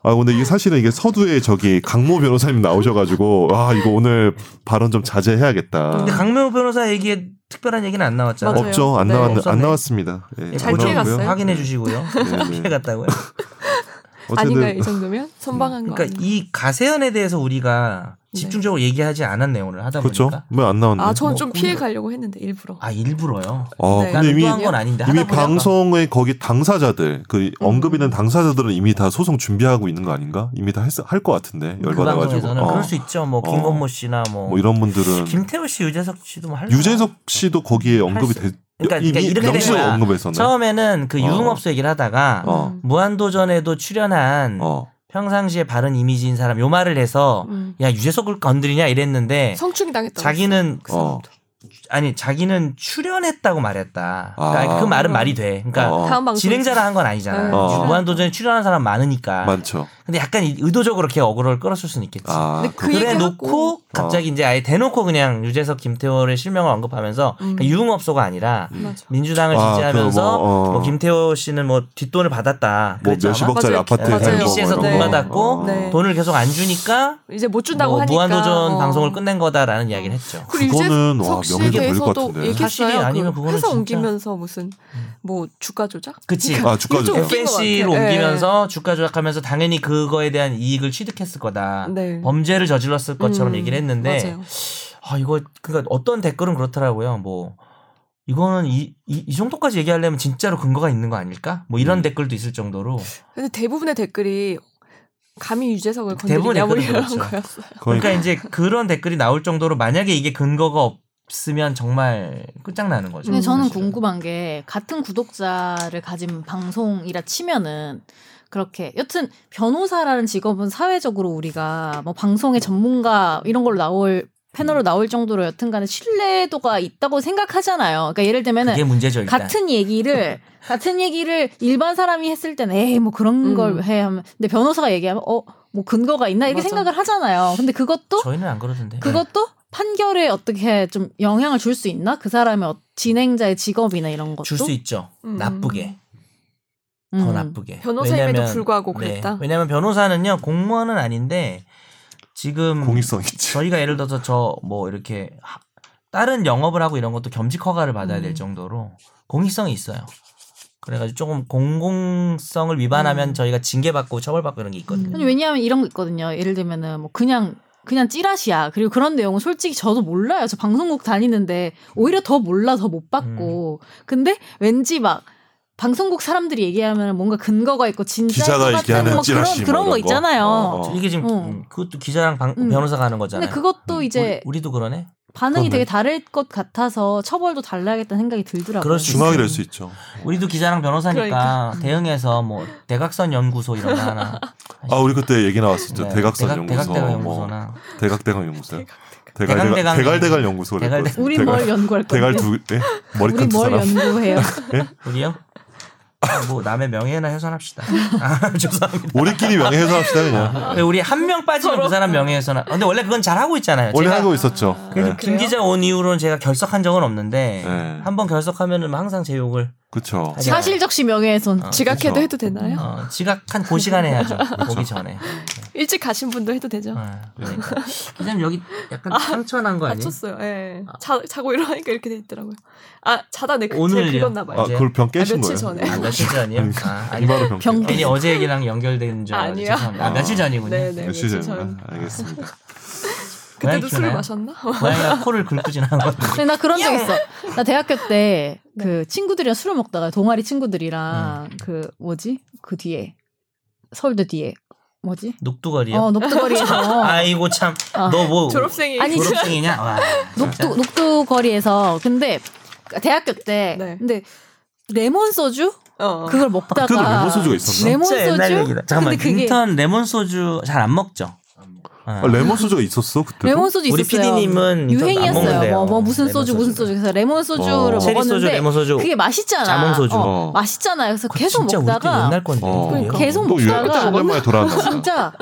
C: 아 근데 이게 사실은 이게 서두에 저기 강모 변호사님 나오셔가지고 아 이거 오늘 발언 좀 자제해야겠다.
B: 아, 근데 강명호 변호사 얘기에 특별한 얘기는 안 나왔잖아.
A: 맞아요.
C: 없죠 안
A: 네.
C: 나왔 안
B: 없었네.
C: 나왔습니다. 예,
A: 잘
C: 안 나왔고요.
A: 피해갔어요?
B: 확인해 주시고요.
C: 네, 네.
B: 피해 갔다고요.
A: 아닌가
C: 어쨌든
A: 이 정도면 선방한
C: 음.
A: 거.
B: 그러니까 이 가세현에 대해서 우리가 집중적으로 얘기하지 않았네요. 오늘 하다
C: 네. 그렇죠.
B: 보니까.
C: 왜 안 나왔나?
A: 아, 저는
B: 뭐
A: 좀 피해 가려고 했는데 일부러.
B: 아 일부러요.
C: 어,
A: 네.
C: 근데 이미
B: 의도한 음. 건 아닌데
C: 이미
B: 하다 보니까.
C: 방송의 거기 당사자들 그 언급있는 당사자들은 이미 다 소송 준비하고 있는 거 아닌가? 이미 다 할 것 같은데
B: 그
C: 열받아가지고.
B: 방송에서는
C: 어.
B: 그럴 수 있죠. 뭐
C: 어.
B: 김건모 씨나 뭐,
C: 뭐 이런 분들은
B: 김태호 씨, 유재석 씨도 뭐할
C: 유재석 씨도 거기에 언급이
B: 수-
C: 돼.
B: 그러니까,
C: 이미
B: 그러니까 이렇게 된
C: 명시적
B: 거야.
C: 언급에서는.
B: 처음에는 음, 그
C: 어.
B: 유흥업소 얘기를 하다가
C: 어.
B: 무한도전에도 출연한
C: 어.
B: 평상시에 바른 이미지인 사람 요 말을 해서
A: 음.
B: 야 유재석을 건드리냐 이랬는데
A: 성추행 당했다.
B: 네. 자기는
A: 그 사람도.
C: 어.
B: 아니 자기는 출연했다고 말했다.
C: 아.
B: 그러니까 그 말은 말이 돼. 그러니까
C: 어.
A: 다음 방송
B: 진행자라 한 건 아니잖아.
A: 어.
B: 요 무한도전에 출연한 사람 많으니까.
C: 많죠.
B: 근데 약간 이- 의도적으로 걔 어그로를 끌었을 수는 있겠지.
C: 아,
A: 근데 그
C: 그렇구나.
B: 그래
A: 얘기하고-
B: 놓고 갑자기 이제 아예 대놓고 그냥 유재석 김태호를 실명을 언급하면서
A: 음.
B: 그러니까 유흥업소가 아니라
A: 맞아.
B: 민주당을
C: 아,
B: 지지하면서
C: 그 뭐,
B: 뭐,
C: 어.
B: 김태호 씨는 뭐 뒷돈을 받았다.
C: 뭐
B: 그랬죠, 아마?
C: 몇십억짜리
A: 맞아요.
C: 아파트
A: 맞아요.
C: 살고
A: TBC 에서
C: 뭐 이런
A: 돈
C: 거.
B: 받았고
A: 네.
B: 돈을 계속 안 주니까
A: 이제 못 준다고
B: 뭐
A: 하니까
B: 무한도전
A: 어.
B: 방송을 끝낸 거다라는 이야기를 했죠.
A: 그리고
C: 그거는,
A: 유재석
C: 와,
A: 씨에
C: 명예훼손 걸릴 것
A: 대해서도
C: 같은데.
A: 얘기했어요.
B: 사실이 아니면
A: 그
B: 그거는
A: 회사
B: 진짜- 음.
A: 옮기면서 무슨 뭐 주가 조작?
B: 그치.
C: 아, 주가
A: 이거 좀
C: 조작.
A: 웃긴 것 같아요.
B: FNC로 그러니까
A: 네.
B: 옮기면서 주가 조작하면서 당연히 그거에 대한 이익을 취득했을 거다.
A: 네.
B: 아, 범죄를 저질렀을 것처럼
A: 음,
B: 얘기를 했는데
A: 맞아요.
B: 아 이거 그러니까 어떤 댓글은 그렇더라고요. 뭐 이거는 이, 이, 이 정도까지 얘기하려면 진짜로 근거가 있는 거 아닐까? 뭐 이런
C: 음.
B: 댓글도 있을 정도로
A: 근데 대부분의 댓글이 감히 유재석을
B: 대부분의
A: 건드리냐고 뭐 이런
B: 댓글은 그렇죠.
A: 거였어요.
B: 그러니까
C: 그러니까
B: 이제 그런 댓글이 나올 정도로 만약에 이게 근거가 없으면 정말 끝장나는 거죠.
D: 음. 근데 저는
B: 사실은.
D: 궁금한 게 같은 구독자를 가진 방송이라 치면은 그렇게 여튼 변호사라는 직업은 사회적으로 우리가 뭐 방송의 전문가 이런 걸로 나올
B: 음.
D: 패널로 나올 정도로 여튼간에 신뢰도가 있다고 생각하잖아요. 그러니까 예를 들면은
B: 그게 문제죠 일단.
D: 같은 얘기를 같은 얘기를 일반 사람이 했을 때는 에이 뭐 그런
A: 음.
D: 걸 해 하면 근데 변호사가 얘기하면 어 뭐 근거가 있나 이렇게
A: 맞아.
D: 생각을 하잖아요. 근데 그것도
B: 저희는 안 그러던데.
D: 네. 그것도 판결에 어떻게 좀 영향을 줄 수 있나? 그 사람의 어- 진행자의 직업이나 이런 것도
B: 줄 수 있죠.
A: 음.
B: 나쁘게
D: 음.
B: 더 나쁘게.
A: 변호사임에도
B: 왜냐면- 네.
A: 불구하고 그랬다?
B: 왜냐하면 변호사는요 공무원은 아닌데 지금
C: 공익성 있지.
B: 저희가 예를 들어서 저 뭐 이렇게 하- 다른 영업을 하고 이런 것도 겸직 허가를 받아야 될
D: 음.
B: 정도로 공익성이 있어요. 그래가지고 조금 공공성을 위반하면
D: 음.
B: 저희가 징계받고 처벌받고 이런 게 있거든요.
A: 음.
D: 아니, 왜냐하면 이런 거 있거든요. 예를 들면은 뭐 그냥 그냥 찌라시야. 그리고 그런 내용은 솔직히 저도 몰라요. 저 방송국 다니는데 오히려 더 몰라 더 못 받고.
B: 음.
D: 근데 왠지 막 방송국 사람들이 얘기하면 뭔가 근거가 있고 진짜
C: 기자가 얘기하는
D: 뭐 그런
C: 찌라시 뭐
D: 그런 거
C: 이런 거.
D: 있잖아요.
C: 어, 어.
B: 이게 지금
D: 어.
B: 음, 그것도 기자랑 방-
D: 음.
B: 변호사가 하는
D: 근데
B: 거잖아요.
D: 그것도 이제
B: 우리, 도 음, 뭐, 그러네.
D: 반응이
C: 그렇네.
D: 되게 다를 것 같아서 처벌도 달라야겠다는 생각이 들더라고요.
B: 그럴 수
C: 중앙이 될 수 있죠.
B: 우리도 기자랑 변호사니까
A: 그러니까.
B: 대응해서 뭐 대각선 연구소 이런 거 하나.
C: 아 우리 그때 얘기 나왔었죠.
B: 네,
C: 대각선
B: 대각-
C: 연구소,
B: 대각대각
C: 뭐
B: 연구소나
C: 대각대각 연구소,
B: 대각대각
C: 대갈대각 대갈대갈 연구소,
B: 대갈대각.
D: 우리 뭘 연구할 건데?
C: 대갈 두 예?
D: 우리
C: 머리 큰 두
D: 뭘
C: 사람.
D: 연구해요?
B: 우리요? 아, 뭐 남의 명예나 훼손합시다. 아, 죄송합니다.
C: 우리끼리 명예훼손합시다 그냥.
B: 근데 우리 한 명 빠지면 그 사람 명예훼손. 근데 원래 그건 잘 하고 있잖아요.
C: 원래
B: 제가 그
C: 하고 있었죠. 예.
B: 김 기자 온 이후로는 제가 결석한 적은 없는데
C: 네.
B: 한 번 결석하면은 뭐 항상 제 욕을
C: 그렇죠.
B: 하지 않아요.
D: 사실적시 명예훼손.
B: 어.
A: 지각해도
C: 그렇죠.
A: 해도 되나요?
B: 어, 지각한 그 시간에 해야죠. 오기 전에.
A: 일찍 가신 분도 해도 되죠.
B: 아,
C: 네.
B: 그러니까. 기자님 여기 약간 상처난 거 아니에요?
A: 아, 다쳤어요. 예. 자, 자고 일어나니까 이렇게 돼 있더라고요. 아 자다 내
B: 오늘요?
A: 그제 긁었나 봐요.
C: 아
B: 이제-
C: 그걸 병
A: 아,
C: 깨신
A: 며칠
C: 거예요?
A: 전에.
B: 아, 며칠 전이요? 아, 아니,
C: 이마로 병.
D: 병
C: 깨-
B: 괜히 어제 얘기랑 연결된 줄 알았어요.
A: 아니야.
B: 죄송합니다. 아, 며칠 전이군요.
A: 네네
C: 며칠
A: 며칠
C: 전.
A: 전.
C: 아, 알겠습니다.
A: 그때도
B: 고양이
A: 술을
B: 키우나요?
A: 마셨나?
B: 고양이가 코를 긁고 지나간 거.
A: 네.
D: 근데 나 그런 적 있어. 나 대학교 때
B: 네.
D: 그 친구들이랑 술을 먹다가 동아리 친구들이랑
C: 음.
D: 그 뭐지? 그 뒤에 서울대 뒤에 뭐지?
B: 녹두거리요?
D: 어 녹두거리에서
B: 아이고 참. 너 뭐
A: 졸업생이
D: 아니,
B: 졸업생이냐? 와. 진짜.
D: 녹두 녹두거리에서 근데 대학교 때
A: 네.
D: 근데 레몬 소주
A: 어.
D: 그걸 먹다가
C: 아, 그때도 레몬 소주가 있었나?
D: 레몬
B: 진짜 옛날
D: 소주?
B: 얘기다. 잠깐만
D: 근데 그게-
B: 인턴 레몬 소주 잘 안 먹죠. 어.
C: 아, 레몬 소주가 있었어 그때.
D: 레몬 소주
B: 우리
D: 있었어요.
B: PD님은
D: 유행이었어요.
B: 안 먹는데요.
D: 뭐, 뭐 무슨
B: 레몬
D: 소주 무슨 소주
B: 소주를.
D: 그래서 레몬 소주를
C: 어.
B: 체리 소주,
D: 먹었는데
B: 레몬 소주.
D: 그게 맛있잖아.
B: 자몽 소주.
D: 어,
C: 어.
D: 맛있잖아요. 그래서
B: 그거
D: 계속
B: 진짜 우리 때
D: 먹다가
B: 옛날 건데.
C: 어.
A: 그러니까.
D: 계속
C: 또 유행
D: 먹다가
C: 오랜만에 돌아왔나 보다.
D: 진짜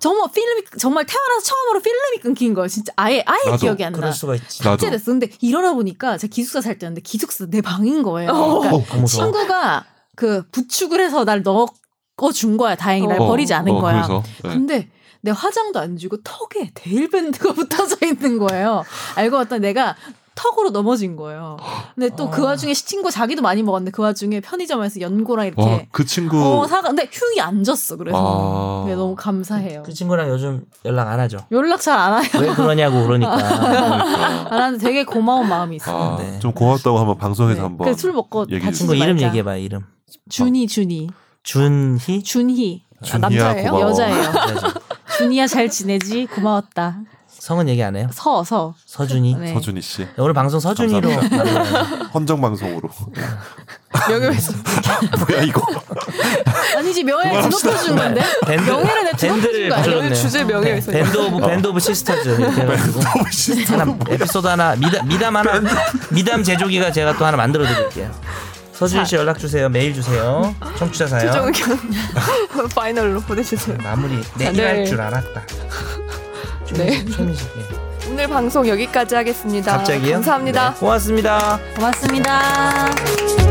D: 정말 필름이 정말 태어나서 처음으로 필름이 끊긴 거예요. 진짜 아예 아예
C: 나도.
D: 기억이 안 나.
B: 그럴 수가 있지.
C: 나도.
D: 삭제됐어. 근데 일어나 보니까 제가 기숙사 살 때였는데 기숙사 내 방인 거예요. 그러니까
C: 어,
B: 너무 무서워.
D: 친구가 그 부축을 해서 날 넣어 준 거야. 다행히 날
A: 어.
D: 버리지 않은
C: 어,
D: 거야.
C: 그래서, 네.
D: 근데 내 화장도 안 지고 턱에 데일밴드가 붙어져 있는 거예요. 알고 봤더니 내가 턱으로 넘어진 거예요. 근데 또 그
C: 어.
B: 아.
D: 와중에 친구 자기도 많이 먹었는데 그 와중에 편의점에서 연고랑 이렇게
C: 와, 그 친구
D: 어 사가 근데 휴이 안 졌어 그래서
C: 아.
D: 근데 너무 감사해요.
B: 그 친구랑 요즘 연락 안 하죠.
D: 연락 잘 안 해요.
B: 왜 그러냐고 그러니까.
C: 그러니까.
D: 안 하는데 되게 고마운 마음이 있어.
C: 아,
B: 네.
C: 좀 고맙다고 한번 방송에서 한번
D: 네. 그술 먹고
C: 얘기해
D: 다치지
B: 친구 이름
D: 말자.
B: 얘기해봐 이름.
D: 준이 준이
B: 준희.
D: 준희
C: 준이야,
A: 남자예요?
C: 고마워.
D: 여자예요.
B: 그래야죠.
D: 준이야 잘 지내지 고마웠다.
B: 성은 얘기 안 해요?
D: 서 서.
B: 서준이.
D: 네.
C: 서준이 씨
B: 오늘 방송 서준이로.
C: 헌정 방송으로
B: 네,
A: 명예훼손.
C: 뭐야 이거
D: 아니지 명예 주목해 준 건데
B: 밴드-
D: 명예를 내
B: 밴드를
D: 주목해 준거 아니야?
B: 부르는-
A: 오늘 주제 명예훼손.
B: 밴드 오브 밴드 오브 시스터즈 이렇게 해가지고 하나 에피소드 하나 미담 미담 하나 미담 제조기가 제가 또 하나 만들어 드릴게요. 서준 씨 연락 주세요. 메일 주세요. 청취자 사연.
A: 최종 의견 파이널로 보내주세요.
B: 마무리 내일
A: 네.
B: 할줄 알았다.
A: 네.
B: 최민식. 네.
A: 오늘 방송 여기까지 하겠습니다.
B: 갑자기요?
A: 감사합니다.
B: 네. 고맙습니다.
D: 고맙습니다.